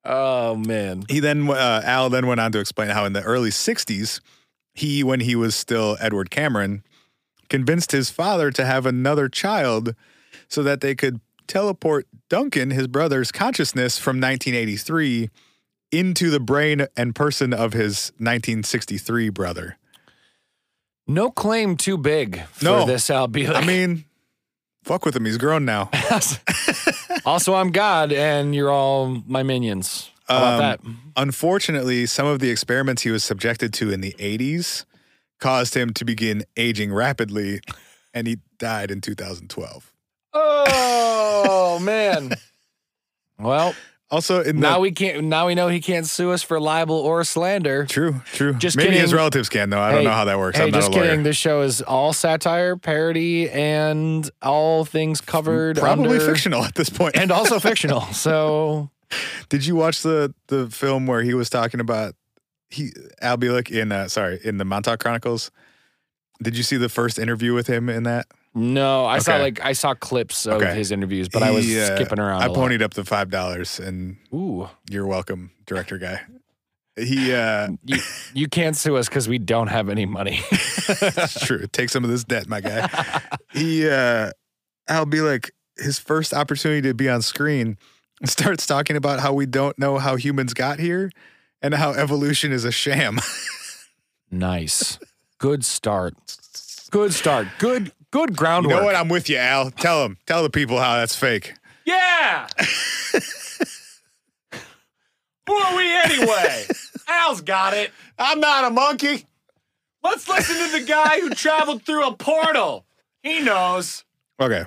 Oh man. he then uh, Al then went on to explain how in the early '60s, he when he was still Edward Cameron, convinced his father to have another child so that they could teleport Duncan, his brother's consciousness from 1983 into the brain and person of his 1963 brother. No claim too big for No. this, Al Bielek. I mean, fuck with him. He's grown now. also, I'm God, and you're all my minions. How Um, about that? Unfortunately, some of the experiments he was subjected to in the 80s caused him to begin aging rapidly, and he died in 2012. Oh man. Well, Also, in now the, we can't. Now we know he can't sue us for libel or slander. true, true. Just Maybe his kidding. relatives can though. I don't Hey, know how that works. Hey, I'm not just a lawyer. kidding. This show is all satire, parody, and all things covered Probably under- fictional at this point. and also fictional. So Did you watch the the film where he was talking about he Al Bielek in uh, sorry in the Montauk Chronicles? Did you see the first interview with him in that? no, I saw Okay. like I saw clips of Okay. his interviews, but I was He, uh, skipping around. I a lot. ponied up the five dollars, and Ooh, you're welcome, director guy. He uh, you, you can't sue us because we don't have any money. It's true. Take some of this debt, my guy. he, uh, I'll be like, his first opportunity to be on screen starts talking about how we don't know how humans got here and how evolution is a sham. nice, good start. Good start. Good good you groundwork. know what? I'm with you, Al. Tell him. Tell the people how that's fake. Yeah. Who are we anyway? Al's got it. I'm not a monkey. Let's listen to the guy who traveled through a portal. He knows. Okay.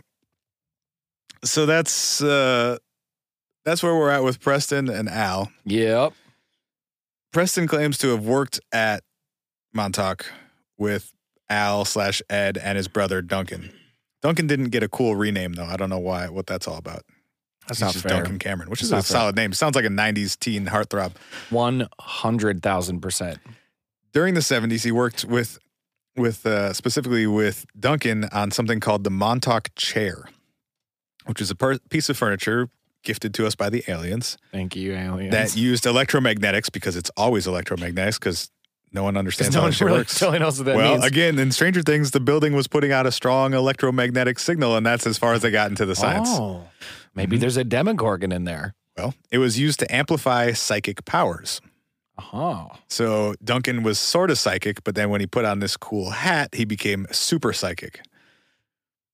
So that's uh that's where we're at with Preston and Al. Yep. Preston claims to have worked at Montauk with Al slash Ed and his brother Duncan. Duncan didn't get a cool rename though. I don't know why what that's all about. That's He's not just fair. Duncan Cameron, which That's is a not fair. solid name. Sounds like a '90s teen heartthrob. One hundred thousand percent. During the '70s, he worked with with uh, specifically with Duncan on something called the Montauk chair, which is a per- piece of furniture gifted to us by the aliens. Thank you, aliens. that used electromagnetics because it's always electromagnetics because no one understands no how one that shit really works. totally knows what that Well, means. again, in Stranger Things, the building was putting out a strong electromagnetic signal, and that's as far as they got into the science. Oh, maybe there's a demogorgon in there. Well, it was used to amplify psychic powers. Oh, So Duncan was sort of psychic, but then when he put on this cool hat, he became super psychic.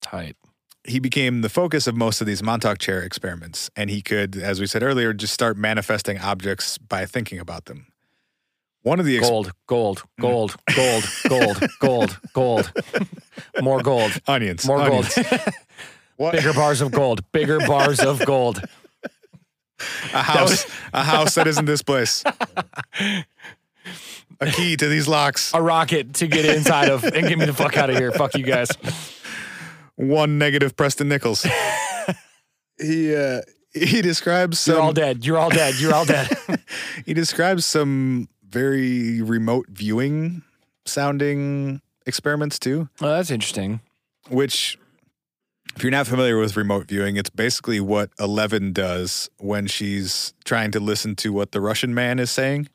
tight. He became the focus of most of these Montauk chair experiments, and he could, as we said earlier, just start manifesting objects by thinking about them. One of the experiments. Gold, gold, gold, gold, gold, gold, gold. More gold, onions, more gold. onions. What? bigger bars of gold, bigger bars of gold. a house, a house that isn't this place. a key to these locks. A rocket to get inside of and get me the fuck out of here. Fuck you guys. One negative Preston Nichols. he uh, he describes You're all some dead. You're all dead. You're all dead. he describes some very remote viewing sounding experiments too, Oh, that's interesting. which if you're not familiar with remote viewing, it's basically what Eleven does when she's trying to listen to what the Russian man is saying.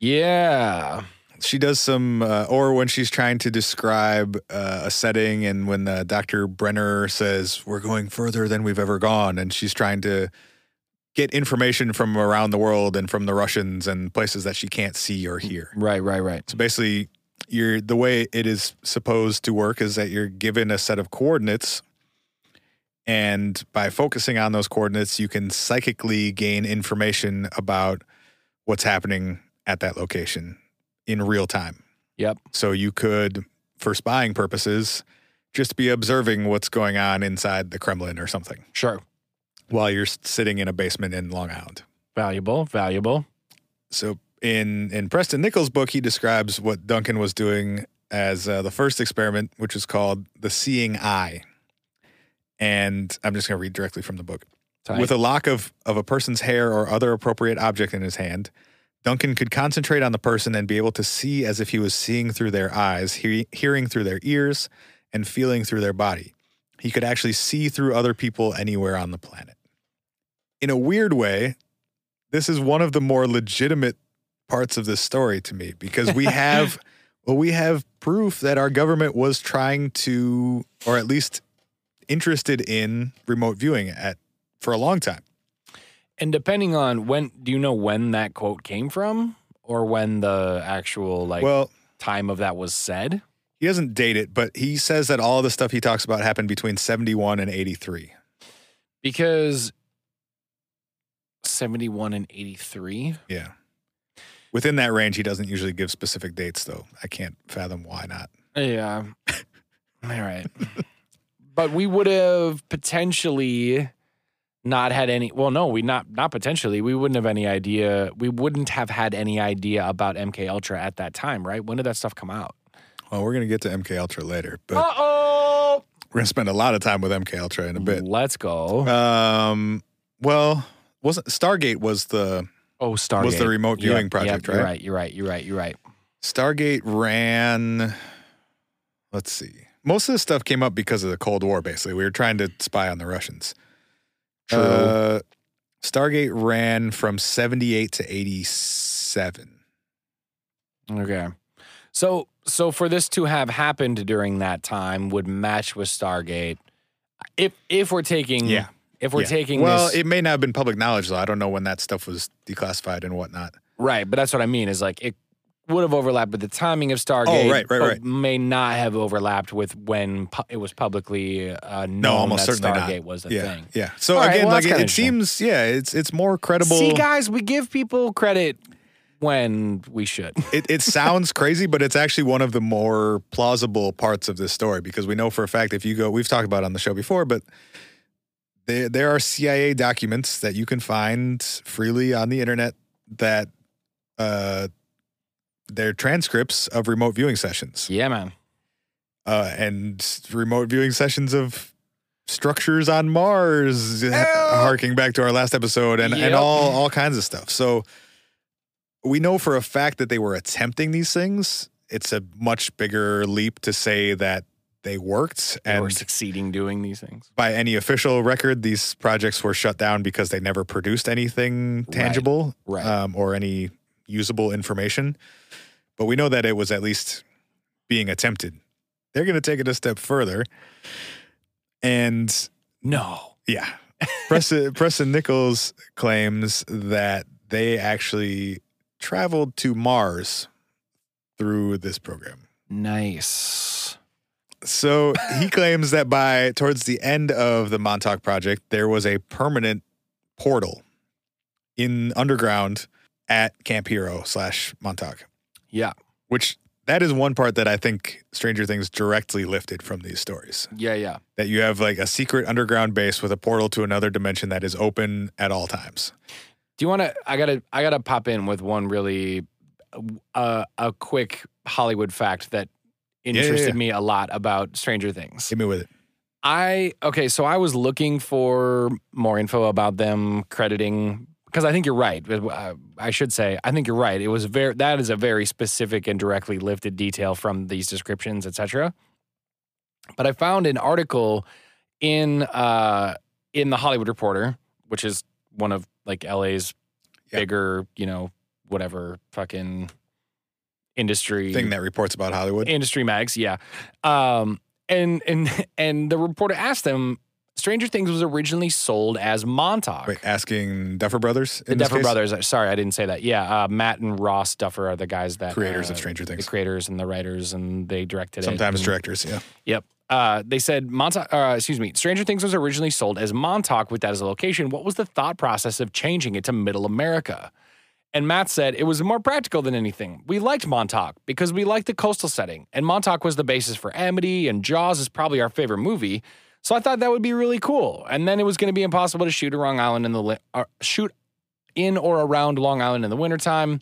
Yeah. she does some uh, or when she's trying to describe uh, a setting and when uh, dr brenner says we're going further than we've ever gone and she's trying to get information from around the world and from the russians and places that she can't see or hear Right. Right. Right. so basically you're the way it is supposed to work is that you're given a set of coordinates and by focusing on those coordinates you can psychically gain information about what's happening at that location in real time. Yep. So you could, for spying purposes, just be observing what's going on inside the Kremlin or something Sure. while you're s- sitting in a basement in Long Island. Valuable. Valuable. So in in Preston Nichols' book, he describes what Duncan was doing as uh, the first experiment, which is called the Seeing Eye. And I'm just going to read directly from the book. Tight. With a lock of, of a person's hair or other appropriate object in his hand, Duncan could concentrate on the person and be able to see as if he was seeing through their eyes, he- hearing through their ears, and feeling through their body. He could actually see through other people anywhere on the planet. In a weird way, this is one of the more legitimate parts of this story to me because we have well we have proof that our government was trying to or at least interested in remote viewing at for a long time. and depending on when, do you know when that quote came from or when the actual like well, time of that was said? he doesn't date it, but he says that all the stuff he talks about happened between 71 and 83. Because 71 and 83. Yeah. Within that range, he doesn't usually give specific dates, though. I can't fathom why not. Yeah. All right. but we would have potentially not had any well no we not not potentially we wouldn't have any idea we wouldn't have had any idea about mk ultra at that time right when did that stuff come out Well, we're going to get to MK Ultra later, but Oh. uh-oh we're going to spend a lot of time with MK Ultra in a bit. let's go Um, well, wasn't Stargate was the oh stargate was the remote Yep, viewing yep, project, you're right? right you're right you're right you're right Stargate ran. Let's see. Most of this stuff came up because of the Cold War. Basically, we were trying to spy on the Russians. True. Uh, Stargate ran from seventy-eight to eighty-seven. Okay. So so for this to have happened during that time would match with Stargate. If if we're taking Yeah. if we're Yeah. taking well, this it may not have been public knowledge though. I don't know when that stuff was declassified and whatnot. right, but that's what I mean is like it would have overlapped with the timing of Stargate. Oh, right, right, but right. May not have overlapped with when pu- it was publicly uh, known No, almost that certainly not. Stargate was a yeah, thing. yeah. So All right, again, well, like that's it, kinda it seems, yeah, it's it's more credible. See, guys, we give people credit when we should. it, it sounds crazy, but it's actually one of the more plausible parts of this story because we know for a fact if you go, we've talked about it on the show before, but there, there are CIA documents that you can find freely on the internet that uh, they're transcripts of remote viewing sessions yeah, man. uh, and remote viewing sessions of structures on Mars, h- harking back to our last episode, and, Yep. and all all kinds of stuff. So we know for a fact that they were attempting these things. It's a much bigger leap to say that they worked, And and we're succeeding doing these things. by any official record, these projects were shut down because they never produced anything tangible Right. um, or any usable information. But we know that it was at least being attempted. They're going to take it a step further. And No. yeah, Preston, Preston Nichols claims that they actually traveled to Mars through this program. Nice. So he claims that by towards the end of the Montauk project, there was a permanent portal in underground at Camp Hero slash Montauk, Yeah. which that is one part that I think Stranger Things directly lifted from these stories. Yeah. Yeah. That you have like a secret underground base with a portal to another dimension that is open at all times. Do you want to? I gotta. I gotta pop in with one really, uh, a quick Hollywood fact that yeah, interested yeah. me a lot about Stranger Things. Hit me with it. I okay, so I was looking for more info about them crediting because I think you're right. Uh, I should say I think you're right. It was very that is a very specific and directly lifted detail from these descriptions, etc. But I found an article in uh in the Hollywood Reporter, which is one of like LA's Yeah. bigger, you know, whatever fucking industry Thing that reports about Hollywood. industry mags yeah um and and and the reporter asked them stranger things was originally sold as montauk Wait, asking Duffer Brothers. the in this duffer case? brothers uh, sorry i didn't say that yeah uh, matt and ross duffer are the guys that Creators of uh, Stranger the Things. creators and the writers and they directed it Sometimes and- directors, yeah. Yep. Uh, they said Montauk. Uh, excuse me. Stranger Things was originally sold as Montauk with that as a location. What was the thought process of changing it to Middle America? And Matt said it was more practical than anything. We liked Montauk because we liked the coastal setting, and Montauk was the basis for Amity, and Jaws is probably our favorite movie. So I thought that would be really cool. And then it was going to be impossible to shoot a Long Island in the li- uh, shoot in or around Long Island in the wintertime.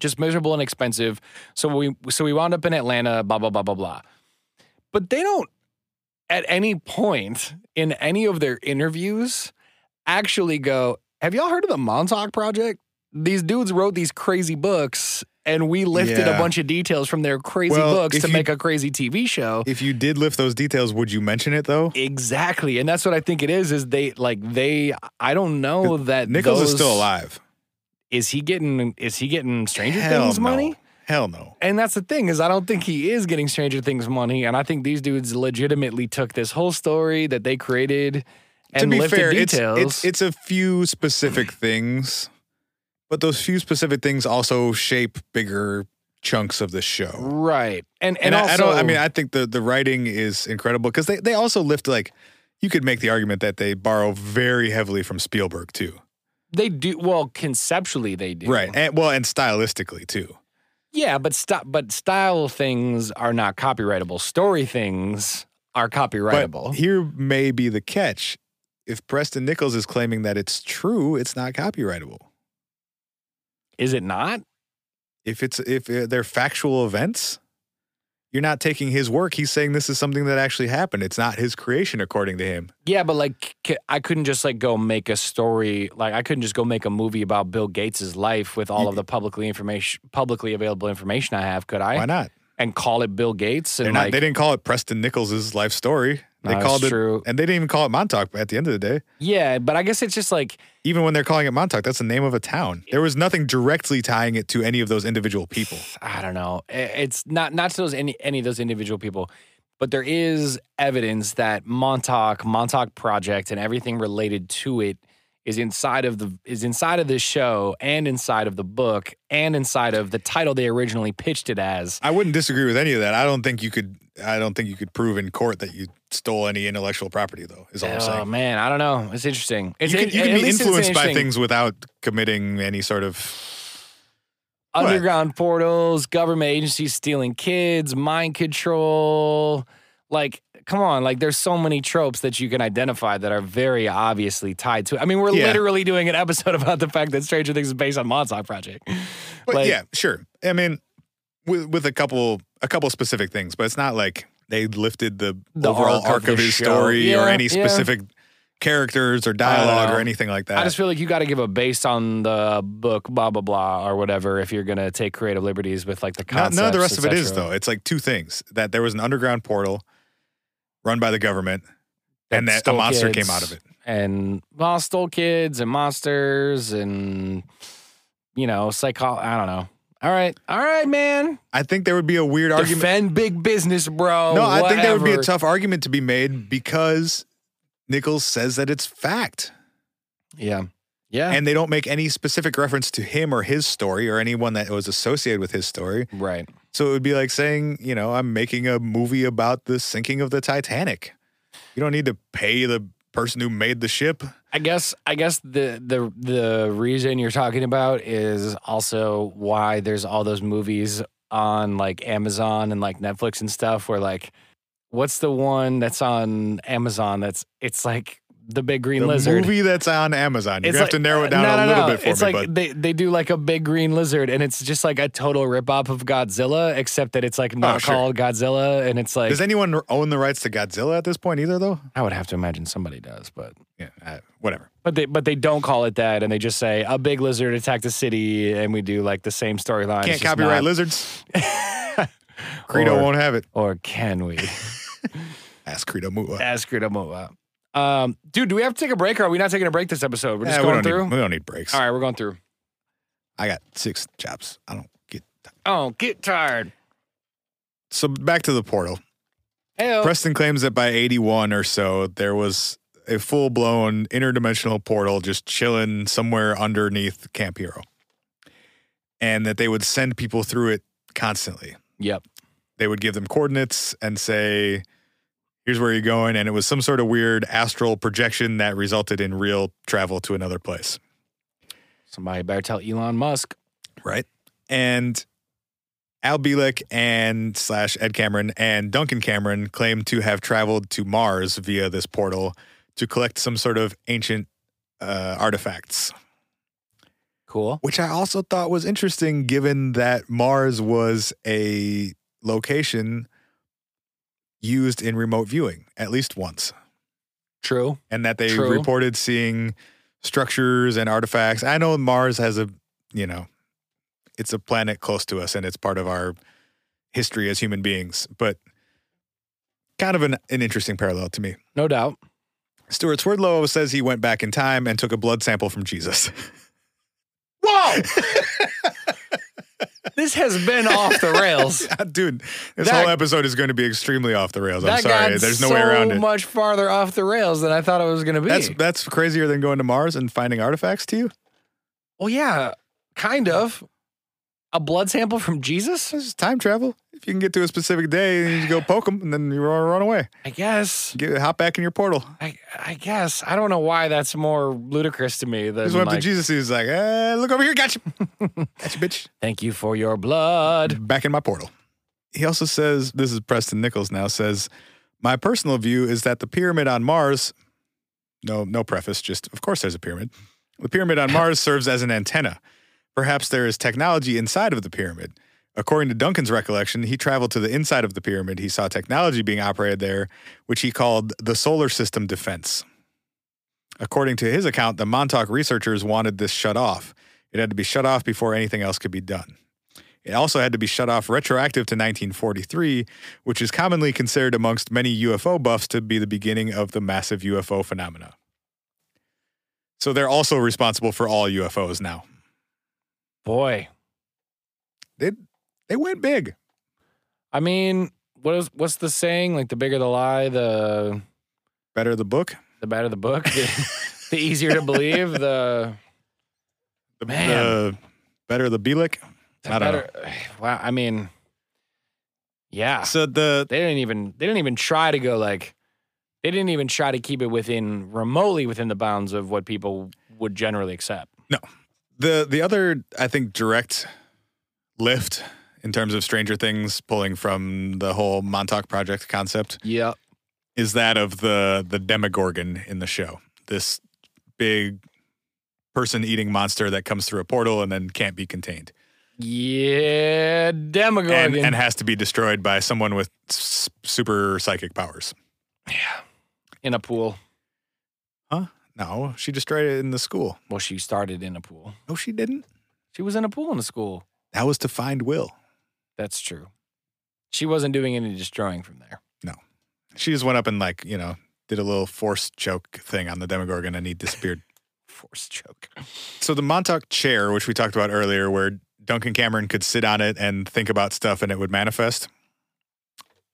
Just miserable and expensive. So we so we wound up in Atlanta, blah blah blah blah blah. But they don't at any point in any of their interviews actually go, "Have y'all heard of the Montauk project?" These dudes wrote these crazy books and we lifted a Yeah. bunch of details from their crazy Well, books if to you- make a crazy TV show. If you did lift those details, would you mention it though? Exactly, and that's what I think it is. Is they like they? I don't know that Nichols those, is still alive. Is he getting? Is he getting Stranger Hell Things no. money? Hell no. And that's the thing is I don't think he is getting Stranger Things money, and I think these dudes legitimately took this whole story that they created and to be lifted fair, it's, details. it's it's a few specific things, but those few specific things also shape bigger chunks of the show. right, and and, and, I, also I don't. I mean, I think the the writing is incredible because they they also lift like you could make the argument that they borrow very heavily from Spielberg too, they do well conceptually they do right? And, well, and stylistically too. Yeah, but stop. But style things are not copyrightable. Story things are copyrightable. But here may be the catch: if Preston Nichols is claiming that it's true, it's not copyrightable. is it not? If it's if uh, they're factual events, you're not taking his work. He's saying this is something that actually happened. It's not his creation, according to him. Yeah, but like c- I couldn't just like go make a story. Like I couldn't just go make a movie about Bill Gates's life with all of the publicly information, publicly available information I have. Could I? Why not? And call it Bill Gates They're and not. like they didn't call it Preston Nichols' life story. They No, it's called it, true. and they didn't even call it Montauk. At the end of the day. yeah. But I guess it's just like even when they're calling it Montauk, that's the name of a town. There was nothing directly tying it to any of those individual people. I don't know. I- It's not not to those any any of those individual people, but there is evidence that Montauk, Montauk Project, and everything related to it is inside of the is inside of this show and inside of the book and inside of the title they originally pitched it as. I wouldn't disagree with any of that. I don't think you could. I don't think you could prove in court that you stole any intellectual property, though. Is all I'm Oh saying. man, I don't know. It's interesting. It's, you can, you at can be least it's an influenced by interesting- things without committing any sort of. What? underground portals, government agencies stealing kids, mind control. Like, come on, like there's so many tropes that you can identify that are very obviously tied to. I mean, we're Yeah. literally doing an episode about the fact that Stranger Things is based on Montauk Project. But Like- yeah, sure. I mean, with with a couple a couple specific things, but it's not like they lifted the, The overall arc arc, of the of his show. story or Yeah, any yeah. specific characters or dialogue know. or anything like that. I just feel like you got to give a based on the book, blah blah blah, or whatever, if you're gonna take creative liberties with like the Not, concepts. none of the rest et of it is cetera. though. It's like two things: that there was an underground portal run by the government, and that a stole monster kids came out of it. and well, stole kids and monsters and you know psycho. I don't know. All right, all right, man. I think there would be a weird argument. Defend big business, bro. no, I think there would be a Whatever. tough argument to be made because Nichols says that it's fact, Yeah, yeah. and they don't make any specific reference to him or his story or anyone that was associated with his story. right. So it would be like saying, you know, I'm making a movie about the sinking of the Titanic. You don't need to pay the person who made the ship. I guess. I guess the the the reason you're talking about is also why there's all those movies on like Amazon and like Netflix and stuff where like, what's the one that's on Amazon? That's it's like the Big Green The Lizard. movie that's on Amazon. You're It's like- gonna uh, have to narrow it down no, a no, little no. bit for it's me, like but they, they do like a big green lizard, and it's just like a total ripoff of Godzilla, except that it's like not Oh, sure. called Godzilla, and it's like Does anyone own the rights to Godzilla at this point either, though? I would have to imagine somebody does, but Yeah, uh, whatever. but they but they don't call it that, and they just say a big lizard attacked a city, and we do like the same storyline. Can't it's just copyright not- lizards. Credo Or- won't have it. or can we? Ask Credo Mua. Ask her to move up. Um, dude, do we have to take a break? or Are we not taking a break this episode? We're just Yeah, we, going don't through. Need, we don't need breaks. All right, we're going through. I got six jobs. I don't get. ti- Oh, get tired. So back to the portal. Hey, Preston claims that by 81 or so, there was a full blown interdimensional portal just chilling somewhere underneath Camp Hero. And that they would send people through it constantly. yep. they would give them coordinates and say, here's where you're going. And it was some sort of weird astral projection that resulted in real travel to another place. Somebody better tell Elon Musk. right? And Al Bielek and slash Ed Cameron and Duncan Cameron claim to have traveled to Mars via this portal to collect some sort of ancient uh, artifacts, Cool. which I also thought was interesting given that Mars was a location used in remote viewing at least once True. and that they True. reported seeing structures and artifacts. I know Mars has a, you know, it's a planet close to us and it's part of our history as human beings, but kind of an, an interesting parallel to me. No doubt. Stuart Swerdlow says he went back in time and took a blood sample from Jesus. Whoa! this has been off the rails. Dude, this That- whole episode is going to be extremely off the rails. I'm that sorry. got There's no so way around it. much farther off the rails than I thought it was going to be. That's that's crazier than going to Mars and finding artifacts to you. well, yeah, kind of. A blood sample from Jesus, This is time travel. If you can get to a specific day, you go poke them and then you run run away. I guess. Get, hop back in your portal. I, I guess I don't know why that's more ludicrous to me than Just went up like, to Jesus. He's like, eh, look over here. Gotcha. gotcha, bitch. thank you for your blood. Back in my portal. He also says, this is Preston Nichols now, says, my personal view is that the pyramid on Mars, no, no preface, just of course there's a pyramid. The pyramid on Mars serves as an antenna. Perhaps there is technology inside of the pyramid. According to Duncan's recollection, he traveled to the inside of the pyramid. He saw technology being operated there, which he called the solar system defense. According to his account, the Montauk researchers wanted this shut off. It had to be shut off before anything else could be done. It also had to be shut off retroactive to 1943, which is commonly considered amongst many UFO buffs to be the beginning of the massive UFO phenomena. So they're also responsible for all UFOs now. Boy, They they went big. I mean, what is what's the saying? Like the bigger the lie, the Better the book, the better the book, the, the easier to believe. The, the, Man. the- better the Bielik. the I don't better. Wow, I mean, yeah, So the they didn't even they didn't even try to go like they didn't even try to keep it within remotely within the bounds of what people would generally accept. the the other I think direct lift in terms of Stranger Things pulling from the whole Montauk project concept Yeah, is that of the the Demogorgon in the show. This big person eating monster that comes through a portal and then can't be contained yeah, and, Demogorgon. and has to be destroyed by someone with s- super psychic powers. in a pool. No, she destroyed it in the school. Well, she started in a pool. No, she didn't. She was in a pool in the school. That was to find Will. That's true. She wasn't doing any destroying from there. She just went up and like, you know, did a little force choke thing on the Demogorgon and he disappeared. Force choke. so the Montauk chair, which we talked about earlier, where Duncan Cameron could sit on it and think about stuff and it would manifest.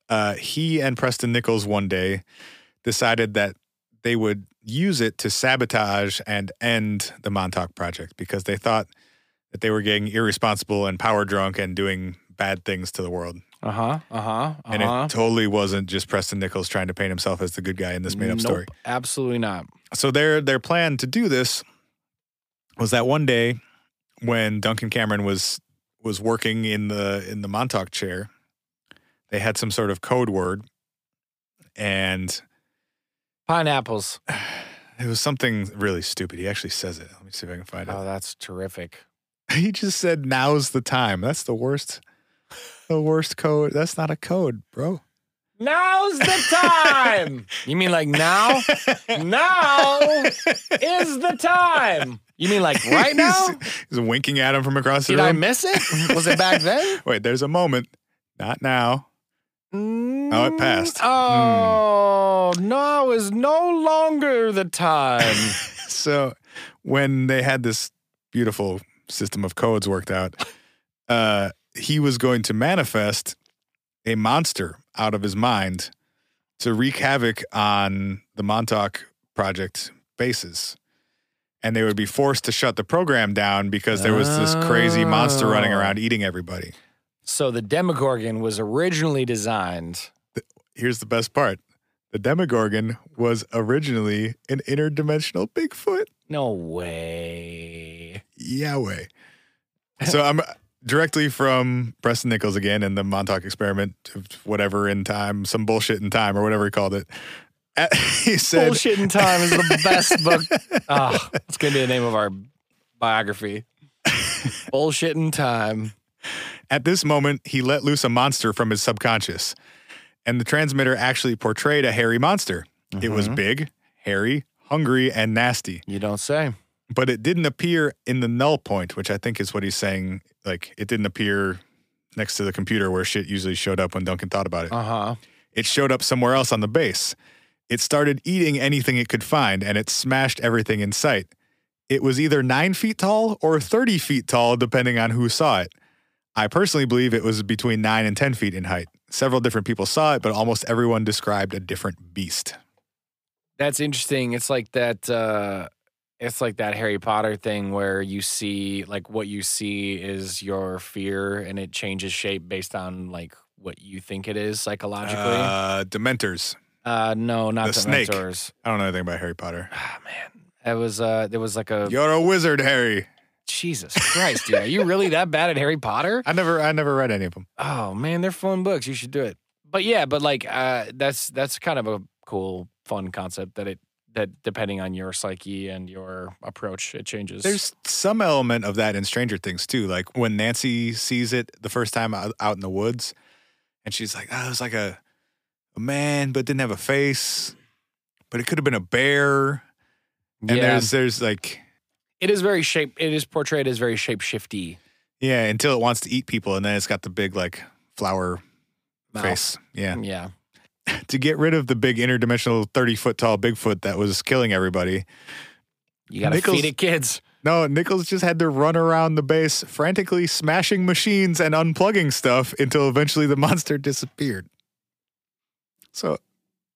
Uh, he and Preston Nichols one day decided that they would use it to sabotage and end the Montauk project because they thought that they were getting irresponsible and power drunk and doing bad things to the world. Uh huh. Uh huh. Uh And huh. it totally wasn't just Preston Nichols trying to paint himself as the good guy in this made up story. Absolutely not. So their their plan to do this was that one day when Duncan Cameron was was working in the in the Montauk chair, they had some sort of code word and Pineapples. it was something really stupid. He actually says it. Let me see if I can find Oh, that's terrific. it. He just said now's the time. That's the worst the worst code. That's not a code, bro. Now's the time. you mean like now? now is the time. You mean like right now? He's, he's winking at him from across the Did I room. miss it? Was it back then? Wait, there's a moment. Not now. Oh, it passed. Hmm. Oh, now is no longer the time. so when they had this beautiful system of codes worked out, uh, he was going to manifest a monster out of his mind to wreak havoc on the Montauk project bases. And they would be forced to shut the program down because there was this crazy monster running Oh. around eating everybody. so the Demogorgon was originally designed. Here's the best part the Demogorgon was originally an interdimensional Bigfoot. No way. Yahweh. So I'm uh, directly from Preston Nichols again and the Montauk experiment, whatever in time, some bullshit in time or whatever he called it. Uh, He said, Bullshit in Time is the best book. Ah, it's going to be the name of our biography. Bullshit in Time. At this moment, he let loose a monster from his subconscious, and the transmitter actually portrayed a hairy monster. It was big, hairy, hungry, and nasty, You don't say. but it didn't appear in the null point, which I think is what he's saying. Like, it didn't appear next to the computer where shit usually showed up when Duncan thought about it. Uh huh. It showed up somewhere else on the base. It started eating anything it could find, and it smashed everything in sight. It was either nine feet tall or 30 feet tall, depending on who saw it. I personally believe it was between nine and 10 feet in height. Several different people saw it, but almost everyone described a different beast. That's interesting. It's like that. Uh, it's like that Harry Potter thing where you see, like, what you see is your fear, and it changes shape based on like what you think it is psychologically. Uh, Uh, Dementors. no, not the snake. Dementors. I don't know anything about Harry Potter. Ah, man, that was uh, there was like a You're a wizard, Harry. Jesus Christ, dude. Are you really that bad at Harry Potter? I never, I never read any of them. Oh man, they're fun books. You should do it. But yeah, but like uh, that's that's kind of a cool, fun concept that it that depending on your psyche and your approach, it changes. There's some element of that in Stranger Things too. Like when Nancy sees it the first time out out in the woods, and she's like, "Oh, it was like a, a man, but didn't have a face, but it could have been a bear." And yeah, there's there's like, it is very shape. It is portrayed as very shape shifty. yeah, until it wants to eat people, and then it's got the big like flower face. Yeah. Yeah. to get rid of the big interdimensional thirty foot tall Bigfoot that was killing everybody. You gotta Nichols- feed it kids. No, Nichols just had to run around the base, frantically smashing machines and unplugging stuff until eventually the monster disappeared. So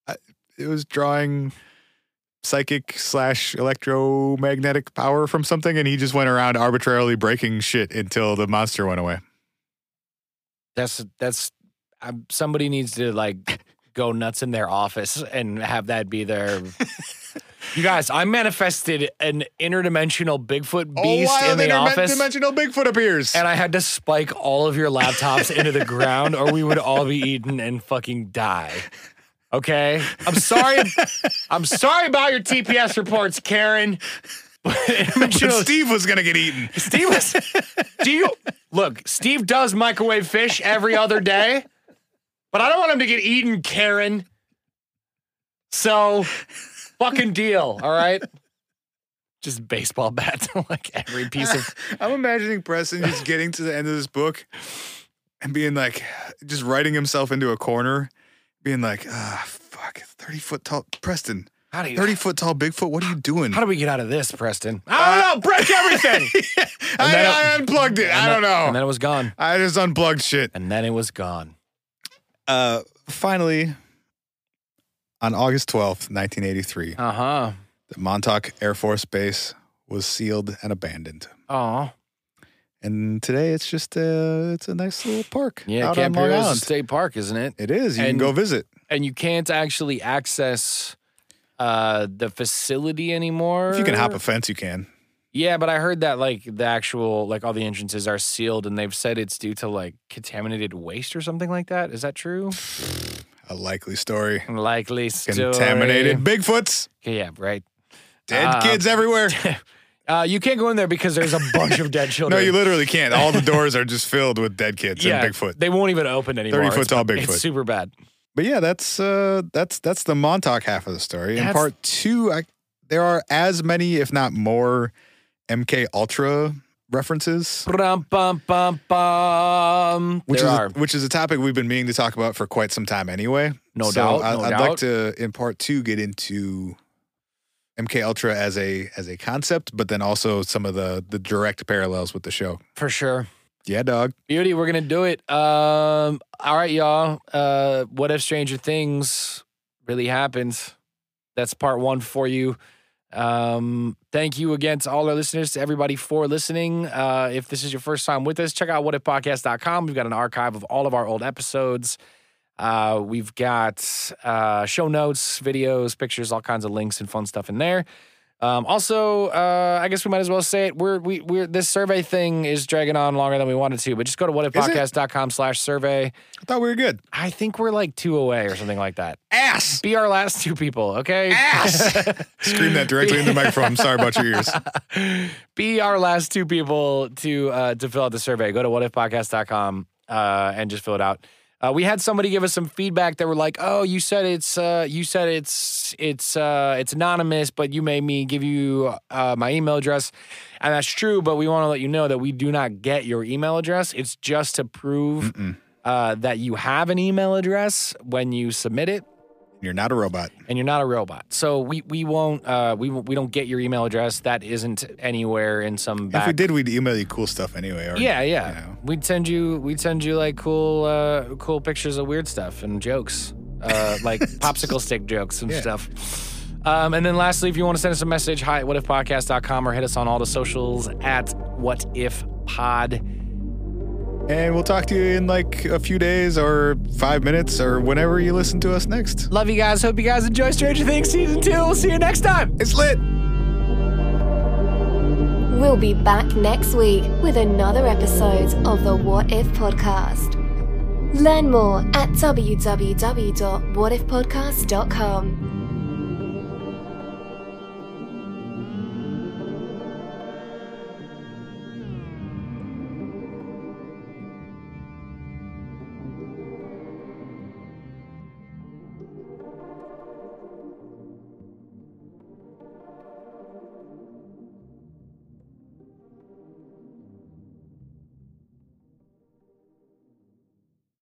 I, it was drawing psychic slash electromagnetic power from something, and he just went around arbitrarily breaking shit until the monster went away. That's that's i somebody needs to like go nuts in their office and have that be their. you guys, I manifested an interdimensional Bigfoot beast oh, in the office, dimensional Bigfoot appears. and I had to spike all of your laptops into the ground, or we would all be eaten and fucking die. Okay, I'm sorry. I'm sorry about your TPS reports, Karen. But But interdimensional Steve was gonna get eaten. Steve was. do you look? Steve does microwave fish every other day, but I don't want him to get eaten, Karen. So, fucking deal. All right. Just baseball bat to like every piece of. I'm imagining Preston just getting to the end of this book and being like, just writing himself into a corner, being like, ah, fuck, 30 foot tall, Preston, How do you? 30 foot tall Bigfoot, what are you doing? how do we get out of this, Preston? I don't know. Break everything. and I, then I unplugged it. I and don't then- know. And then it was gone. I just unplugged shit. And then it was gone. Uh, finally, on August 12th, 1983, Uh Uh-huh. huh. the Montauk Air Force Base was sealed and abandoned. Oh And today it's just a, it's a nice little park yeah, out on Camp Long Heroes Island. State Park, isn't it? It is. You And- can go visit. and you can't actually access uh the facility anymore. If you can hop a fence, you can. Yeah, but I heard that like the actual like all the entrances are sealed and they've said it's due to like contaminated waste or something like that. Is that true? A likely story. Likely story. Contaminated Bigfoots, Yeah, right. dead Uh, kids everywhere. Uh, you can't go in there because there's a bunch of dead No, children. you literally can't. All the doors are just filled with dead kids yeah, and Bigfoot. They won't even open anymore. 30 foot It's- tall Bigfoot. It's super bad. But yeah, that's uh, that's that's the Montauk half of the story. In That's- part two, I, there are as many, if not more, MK Ultra references, Brum, bum, bum, bum. which there is are. A, which is a topic we've been meaning to talk about for quite some time anyway. No So doubt, I, no I'd like doubt. to in part two get into MK Ultra as a as a concept, but then also some of the the direct parallels with the show. For sure. Yeah, dog. Beauty, we're gonna do it. Um, all right, y'all. Uh, what if Stranger Things really happened? That's part one for you. Um, thank you again to all our listeners, to everybody for listening. Uh, if this is your first time with us, check out whatifpodcast.com. We've got an archive of all of our old episodes. Uh, we've got uh, show notes, videos, pictures, all kinds of links and fun stuff in there. Um, also, uh, I guess we might as well say it. We're we we're this survey thing is dragging on longer than we wanted to, but just go to whatifpodcast.com slash survey. I thought we were good. I think we're like two away or something like that. Ass. Be our last two people, okay? Scream that directly in the microphone. I'm sorry about your ears. be our last two people to uh, to fill out the survey. Go to whatifpodcast.com uh, and just fill it out. Uh, we had somebody give us some feedback that were like, "Oh, you said it's uh, you said it's it's uh, it's anonymous, but you made me give you uh, my email address, and that's true. But we want to let you know that we do not get your email address. It's just to prove uh, that you have an email address when you submit it You're not a robot. and you're not a robot. So we we won't uh, we we don't get your email address. That isn't anywhere in some. Back. If we did, we'd email you cool stuff anyway. Or, yeah, yeah, you know. we'd send you we'd send you like cool uh, cool pictures of weird stuff and jokes, uh, like popsicle stick jokes and Yeah. stuff. Um, and then lastly, if you want to send us a message, hi at whatifpodcast.com or hit us on all the socials at what if pod. And we'll talk to you in like a few days or five minutes or whenever you listen to us next. Love you guys. Hope you guys enjoy Stranger Things season two. We'll see you next time. It's lit. We'll be back next week with another episode of the What If Podcast. Learn more at www.whatifpodcast.com.